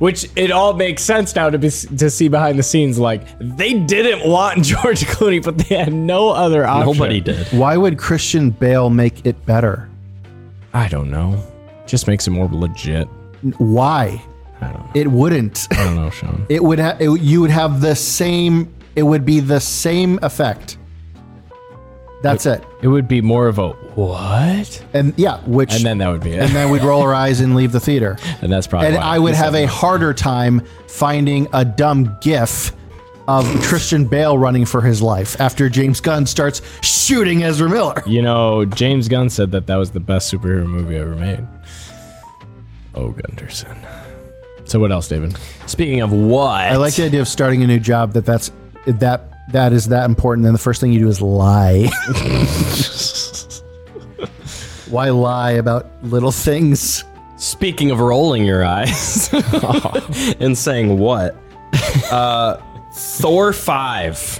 C: Which it all makes sense now to be, to see behind the scenes. Like they didn't want George Clooney, but they had no other option.
A: Nobody did.
B: Why would Christian Bale make it better?
C: I don't know. Just makes it more legit.
B: Why?
C: I don't know.
B: It wouldn't.
C: I don't know, Sean.
B: It would. Ha- it, you would have the same. It would be the same effect. That's it.
C: It would be more of a what?
B: And yeah, which
C: And then that would be it.
B: and then we'd roll our eyes and leave the theater.
C: And that's probably
B: And
C: why
B: I
C: he
B: would
C: said
B: have a harder time finding a dumb GIF of Christian Bale running for his life after James Gunn starts shooting Ezra Miller.
C: You know, James Gunn said that that was the best superhero movie ever made. Oh, Gunderson. So what else, David?
A: Speaking of what,
B: I like the idea of starting a new job that that's that that is that important. And the first thing you do is lie. Why lie about little things?
A: Speaking of rolling your eyes
C: Oh.
A: and saying what, uh, Thor five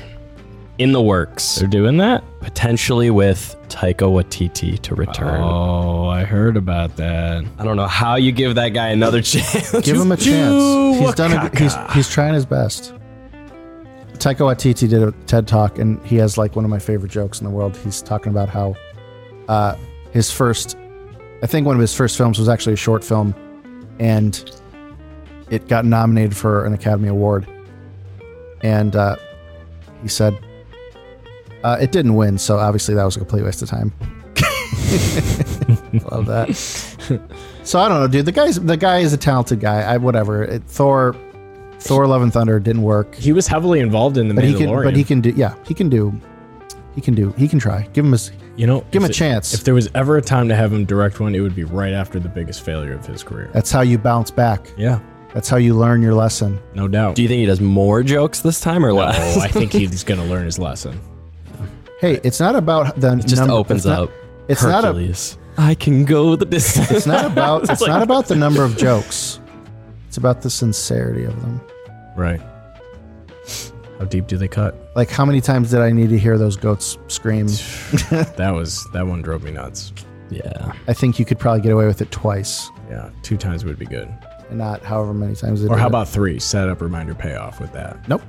A: in the works,
C: They're doing that?
A: potentially with Taika Waititi to return.
C: Oh, I heard about that.
A: I don't know how you give that guy another chance.
B: Give him a chance. He's done. A, he's he's trying his best. Taika Waititi did a TED talk, and he has like one of my favorite jokes in the world. He's talking about how uh, his first, I think one of his first films was actually a short film, and it got nominated for an Academy Award. And uh, he said uh, it didn't win, so obviously that was a complete waste of time. Love that. So I don't know, dude. The guy's the guy is a talented guy. I whatever. It, Thor, Thor: Love and Thunder didn't work,
C: He was heavily involved in the
B: but he
C: Mandalorian.
B: can. But he can do. Yeah, he can do. He can do. He can try. Give him his.
C: you know,
B: Give him
C: if
B: a
C: it-
B: chance.
C: If there was ever a time to have him direct one, it would be right after the biggest failure of his career.
B: That's how you bounce back.
C: Yeah,
B: That's how you learn your lesson.
C: no doubt.
A: Do you think he does more jokes this time or less?
C: oh, I think he's going to learn his lesson.
B: Hey, it's not about the
A: Just
B: number.
A: opens
B: it's not-
A: up.
B: it's not a.
A: Hercules. I can go the distance.
B: It's not about. It's not about the number of jokes. It's about the sincerity of them.
C: Right. How deep do they cut?
B: Like how many times did I need to hear those goats scream?
C: That was that one drove me nuts.
A: yeah.
B: I think you could probably get away with it twice,
C: Yeah, two times would be good.
B: and not however many times. They
C: Or
B: did
C: how
B: it.
C: about three? Set up, reminder, payoff with that.
B: Nope.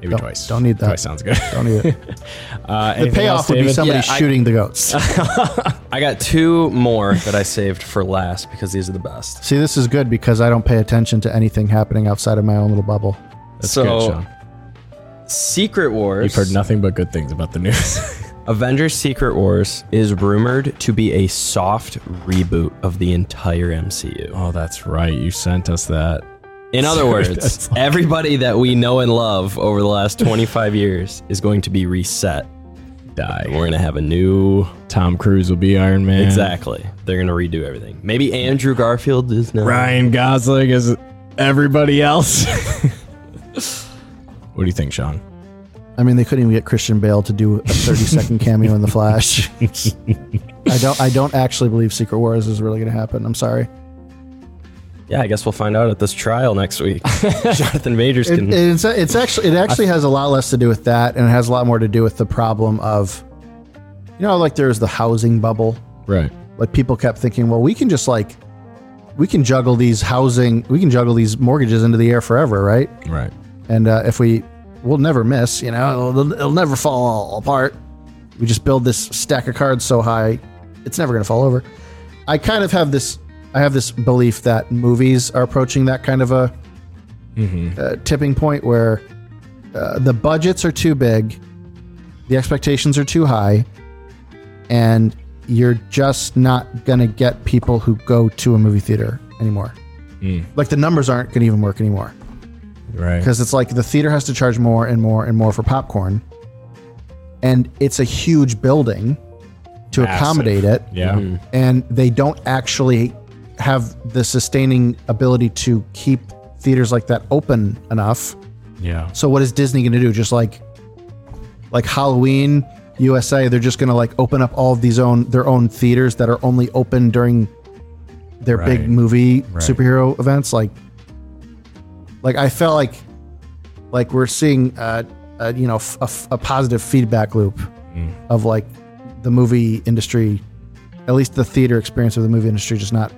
C: Maybe
B: Don't-
C: twice.
B: don't need that.
C: Twice sounds good.
B: Don't need it.
C: Uh,
B: The payoff would be somebody
A: Yeah, I-
B: shooting the goats.
A: I got two more that I saved for last because these are the best.
B: See, this is good because I don't pay attention to anything happening outside of my own little bubble.
A: so,
C: good, Sean.
A: Secret Wars.
C: You've heard nothing but good things about the news.
A: Avengers Secret Wars is rumored to be a soft reboot of the entire MCU.
C: oh, that's right. You sent us that.
D: In other words,
C: that's like-
D: everybody that we know and love over the last 25 years is going to be reset.
C: Die.
D: We're going to have a new.
C: Tom Cruise will be Iron Man.
D: Exactly. They're going to redo everything. Maybe Andrew Garfield is now.
C: Ryan Gosling is everybody else. what do you think, Sean?
B: I mean, they couldn't even get Christian Bale to do a 30 second cameo in The Flash. I don't. I don't actually believe Secret Wars is really going to happen. I'm sorry.
D: Yeah, I guess we'll find out at this trial next week. Jonathan Majors
B: It,
D: can.
B: it's, it's actually it actually has a lot less to do with that, and it has a lot more to do with the problem of, you know, like there's the housing bubble.
C: Right.
B: Like people kept thinking, well, we can just like, we can juggle these housing, we can juggle these mortgages into the air forever, right?
C: Right.
B: And uh, if we, we'll never miss. You know, it'll, it'll never fall apart. We just build this stack of cards so high, it's never going to fall over. I kind of have this, I have this belief that movies are approaching that kind of a uh, tipping point where uh, the budgets are too big, the expectations are too high, and you're just not going to get people who go to a movie theater anymore. Like the numbers aren't going to even work anymore
C: Right.
B: because it's like the theater has to charge more and more and more for popcorn and it's a huge building to
C: Massive.
B: accommodate it Mm-hmm.
C: Yeah.
B: and they don't actually have the sustaining ability to keep theaters like that open enough
C: Yeah.
B: so what is disney going to do just like like halloween usa they're just going to like open up all of these own their own theaters that are only open during their
C: Right.
B: big movie superhero events like like i felt like like we're seeing uh, a you know f- a, f- a positive feedback loop
C: Mm.
B: of like the movie industry at least the theater experience of the movie industry just not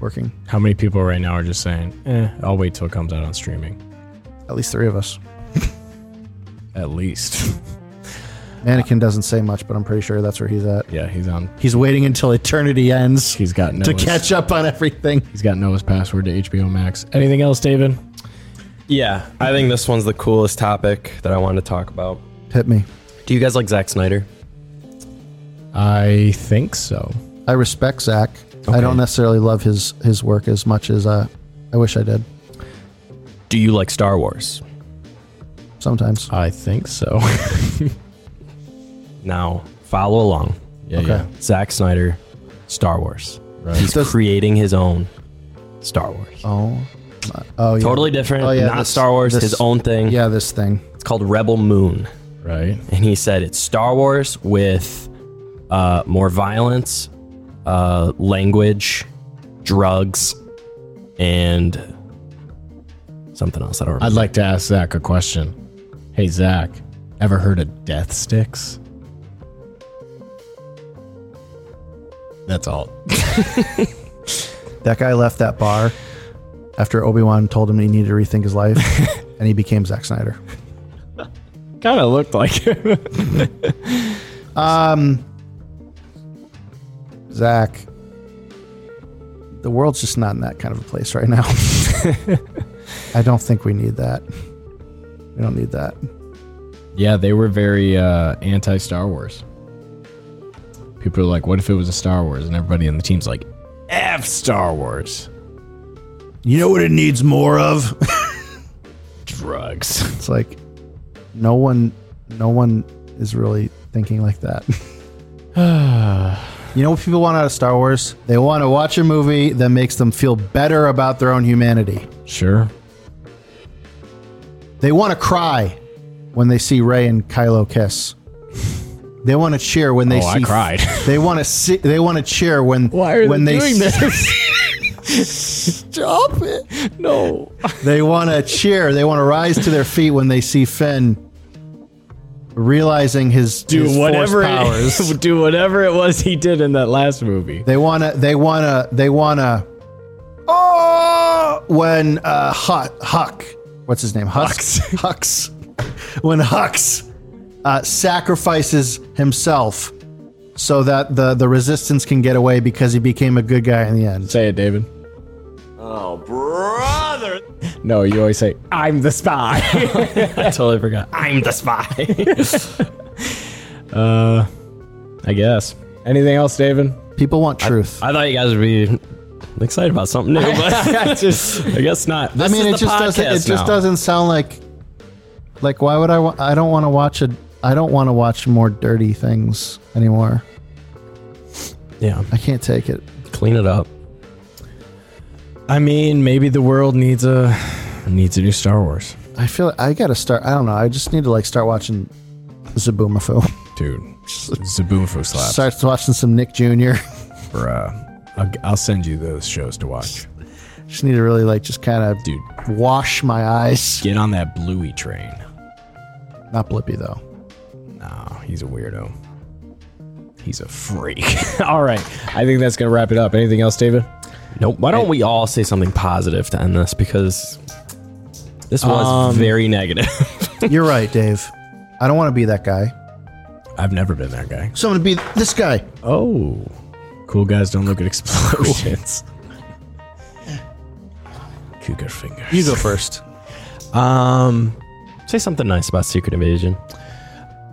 B: working
C: How many people right now are just saying, eh, I'll wait till it comes out on streaming?
B: at least three of us
C: At least.
B: mannequin doesn't say much but i'm pretty sure that's where he's at
C: yeah, he's on.
B: He's waiting until eternity ends
C: He's got Noah's,
B: to catch up on everything.
C: He's got Noah's password to HBO Max. Anything else, David?
D: yeah, I think this one's the coolest topic that I wanted to talk about.
B: Hit me.
D: Do you guys like Zack Snyder?
C: I think so.
B: I respect Zach. I don't necessarily love his his work as much as uh, I wish I did.
D: Do you like Star Wars?
B: Sometimes.
C: I think so.
D: Now, follow along.
C: yeah.
B: Okay.
C: Yeah.
D: Zack Snyder, Star Wars. He's
B: Does-
D: creating his own Star Wars.
B: Oh. Uh, oh yeah.
D: Totally different.
B: Oh, yeah,
D: not
B: this-
D: Star Wars,
B: this-
D: his own thing.
B: Yeah, this thing.
D: It's called Rebel Moon.
C: Right.
D: And he said it's Star Wars with uh, more violence, uh, language, drugs, and something else. I don't
C: I'd
D: remember.
C: like to ask Zach a question. Hey, Zach, ever heard of death sticks? That's all.
B: That guy left that bar after Obi Wan told him he needed to rethink his life, and he became Zack Snyder.
C: kind of looked like him.
B: Zach, the world's just not in that kind of a place right now. I don't think we need that. We don't need that.
C: yeah, they were very uh, anti Star Wars. People are like, what if it was a Star Wars? And everybody in the team's like, F Star Wars.
B: You know what it needs more of?
C: Drugs.
B: It's like no one no one is really thinking like that. you know what people want out of Star Wars? They want to watch a movie that makes them feel better about their own humanity.
C: Sure.
B: They want to cry when they see Rey and Kylo kiss. They want to cheer when they
C: Oh, I
B: see
C: cried.
B: They want to see they want to cheer when when they see-
C: this? Stop it. No.
B: They want to cheer. They want to rise to their feet when they see Finn realizing his, his
C: Do
B: Force
C: whatever,
B: powers.
C: it, do whatever it was he did in that last movie.
B: They wanna. They wanna. They wanna. Oh, when uh, Huck, Huck, what's his name? Hux. Hux. When Hux uh, sacrifices himself so that the the resistance can get away because he became a good guy in the end.
C: Say it, David. Oh, brother. No, you always say, I'm the spy.
D: I totally forgot. I'm the spy.
C: Uh, I guess. Anything else, David?
B: People want truth.
D: I thought you guys would be I'm excited about Uh, something new, but I, just, I guess not.
B: I
D: This
B: mean,
D: is
B: it
D: the
B: just doesn't. It
D: podcast
B: just
D: now.
B: doesn't sound like. Like, why would I? Wa- I don't want to watch a. I don't want to watch more dirty things anymore.
C: Yeah.
B: I can't take it.
D: clean it up.
C: I mean, maybe the world needs a needs a new Star Wars,
B: I feel I gotta start. I don't know. I just need to like start watching Zaboomerfoo.
C: dude. Zaboomfoo slaps,
B: Start watching some Nick Jr.
C: bruh. uh, I'll, I'll send you those shows to watch,
B: just need to really like just kind of
C: dude.
B: wash my eyes.
C: Get on that Bluey train.
B: Not Blippy though.
C: Nah, Oh, he's a weirdo. He's a freak. all right, I think that's gonna wrap it up. Anything else, David?
D: Nope. Why don't we all say something positive to end this? Because this was
C: Um,
D: very negative.
B: You're right, Dave. I don't want to be that guy.
C: I've never been that guy.
B: So I'm gonna be this guy.
C: Oh, cool guys don't look at explosions. Cougar fingers.
B: You go first.
C: Um.
D: say something nice about Secret Invasion.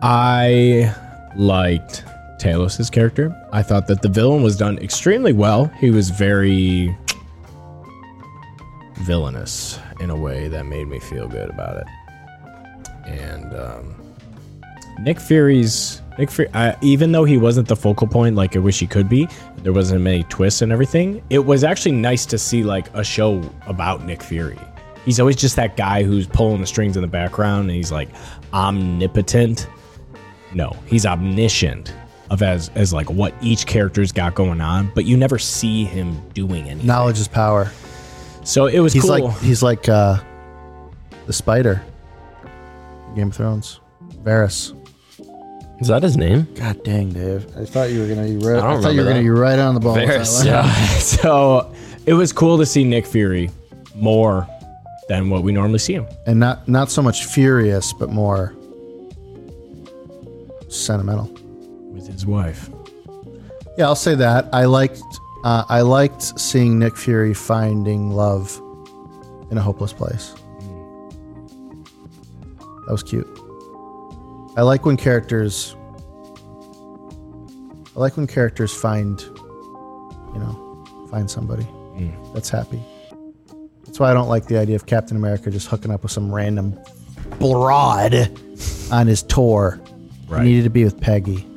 C: I liked Talos' character. I thought that the villain was done extremely well. He was very villainous in a way that made me feel good about it. And um, Nick Fury's Nick Fury, I, even though he wasn't the focal point like I wish he could be, there wasn't many twists and everything. It was actually nice to see like a show about Nick Fury. He's always just that guy who's pulling the strings in the background, and he's like omnipotent. No, he's omniscient of as as like what each character's got going on, but you never see him doing anything.
B: Knowledge is power.
C: So it was
B: He's
C: cool.
B: like he's like uh, the spider. Game of Thrones. Varys.
D: Is that his name?
B: God dang, Dave. I thought you were gonna be right.
D: I
B: I,
D: don't
B: thought you were
D: remember
B: gonna be right on the ball. with that
D: Varys,
B: one.
D: yeah.
C: so it was cool to see Nick Fury more than what we normally see him.
B: And not not so much furious, but more sentimental.
C: With his wife.
B: Yeah, I'll say that. I liked uh, I liked seeing Nick Fury finding love in a hopeless place. That was cute. I like when characters I like when characters find you know, find somebody that's happy. That's why I don't like the idea of Captain America just hooking up with some random broad on his tour.
C: Right.
B: He needed to be with Peggy.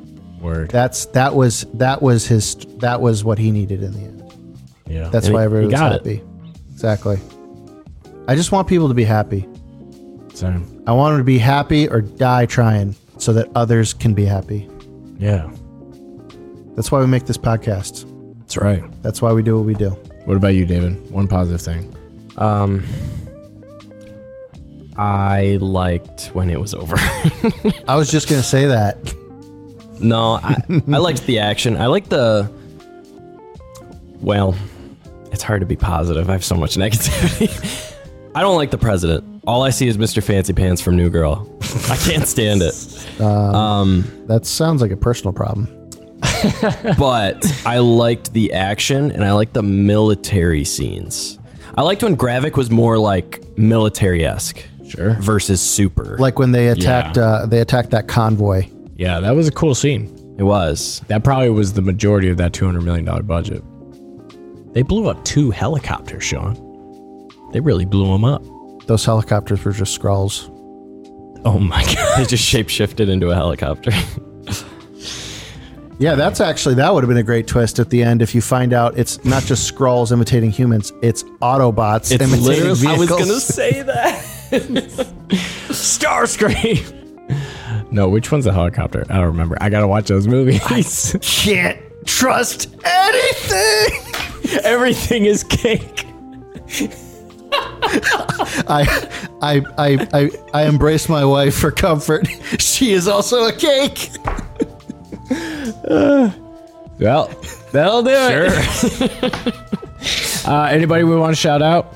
C: Word.
B: That's that was that was his that was what he needed in the end.
C: yeah.
B: That's
D: And
B: why
D: he-
B: everybody
D: he
B: was
D: got
B: happy. Exactly. I just want people to be happy.
C: so,
B: I want them to be happy or die trying, so that others can be happy.
C: yeah.
B: That's why we make this podcast.
C: That's right.
B: That's why we do what we do.
C: What about you, David? One positive thing.
D: Um, I liked when it was over.
B: I was just gonna say that.
D: no, I, I liked the action. I liked the. Well, it's hard to be positive. I have so much negativity. I don't like the president. All I see is Mr. Fancy Pants from New Girl. I can't stand it.
B: That sounds like a personal problem.
D: but I liked the action and I liked the military scenes. I liked when Gravik was more like military esque
C: Sure.
D: versus super.
B: Like when they attacked
C: Yeah.
B: uh, they attacked that convoy.
C: Yeah, that was a cool scene.
D: it was.
C: That probably was the majority of that $200 million budget. They blew up two helicopters, Sean. They really blew them up.
B: Those helicopters were just scrolls.
C: Oh my God.
D: They just shapeshifted into a helicopter.
B: Yeah, that's actually that would have been a great twist at the end if you find out it's not just scrolls imitating humans, it's Autobots
D: It's
B: imitating
D: literally. I was
B: vehicles.
D: gonna say that.
C: Starscream. No, which one's the helicopter? I don't remember. I gotta watch those movies.
B: can't trust anything.
C: Everything is cake.
B: I, I, I, I, I embrace my wife for comfort. She is also a cake.
C: Well, that'll do it. Sure. uh, anybody we want to shout out?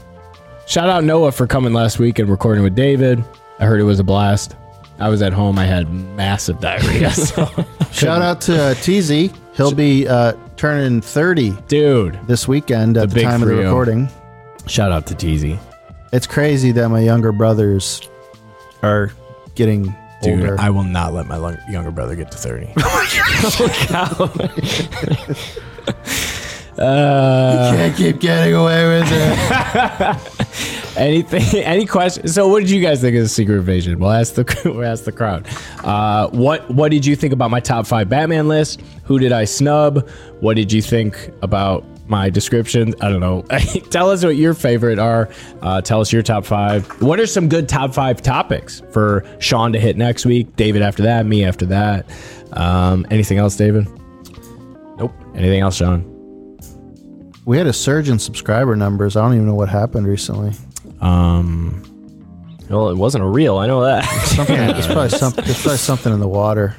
C: Shout out Noah for coming last week and recording with David. I heard it was a blast. I was at home. I had massive diarrhea. so-
B: Shout out to uh, TZ. He'll be uh, turning 30
C: Dude,
B: this weekend at
C: The
B: the,
C: big
B: time of the
C: 30.
B: recording.
C: shout out to Teasy.
B: It's crazy that my younger brothers are getting
C: Dude,
B: older.
C: I will not let my lung- younger brother get to 30.
B: I keep getting away with it.
C: Anything? Any questions? So, what did you guys think of the Secret Invasion? We'll ask the we'll ask the crowd. Uh, what What did you think about my top five Batman list? Who did I snub? What did you think about my descriptions? I don't know. tell us what your favorite are. Uh, tell us your top five. What are some good top five topics for Sean to hit next week? David after that. Me after that. Um, anything else, David? Nope. Anything else, Sean?
B: we had a surge in subscriber numbers. I don't even know what happened recently.
C: Um,
A: Well, it wasn't a reel. I know that.
B: Something. It's probably something. It's probably something in the water.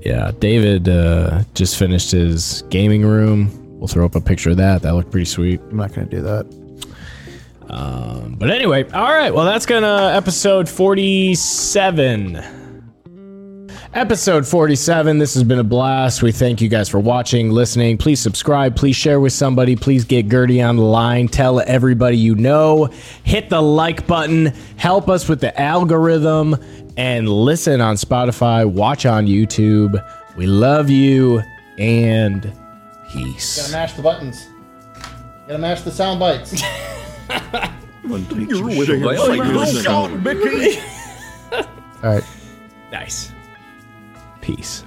C: yeah, David uh, just finished his gaming room. We'll throw up a picture of that. That looked pretty sweet.
B: I'm not gonna do that.
C: But anyway, all right. Well, that's gonna episode forty-seven. Episode 47. This has been a blast. We thank you guys for watching, listening. Please subscribe. Please share with somebody. Please get Gertie on the line. Tell everybody you know. Hit the like button. Help us with the algorithm. And listen on Spotify. Watch on YouTube. We love you. And peace.
B: mash the buttons. Gotta mash the sound bites. All right.
C: Nice. Peace.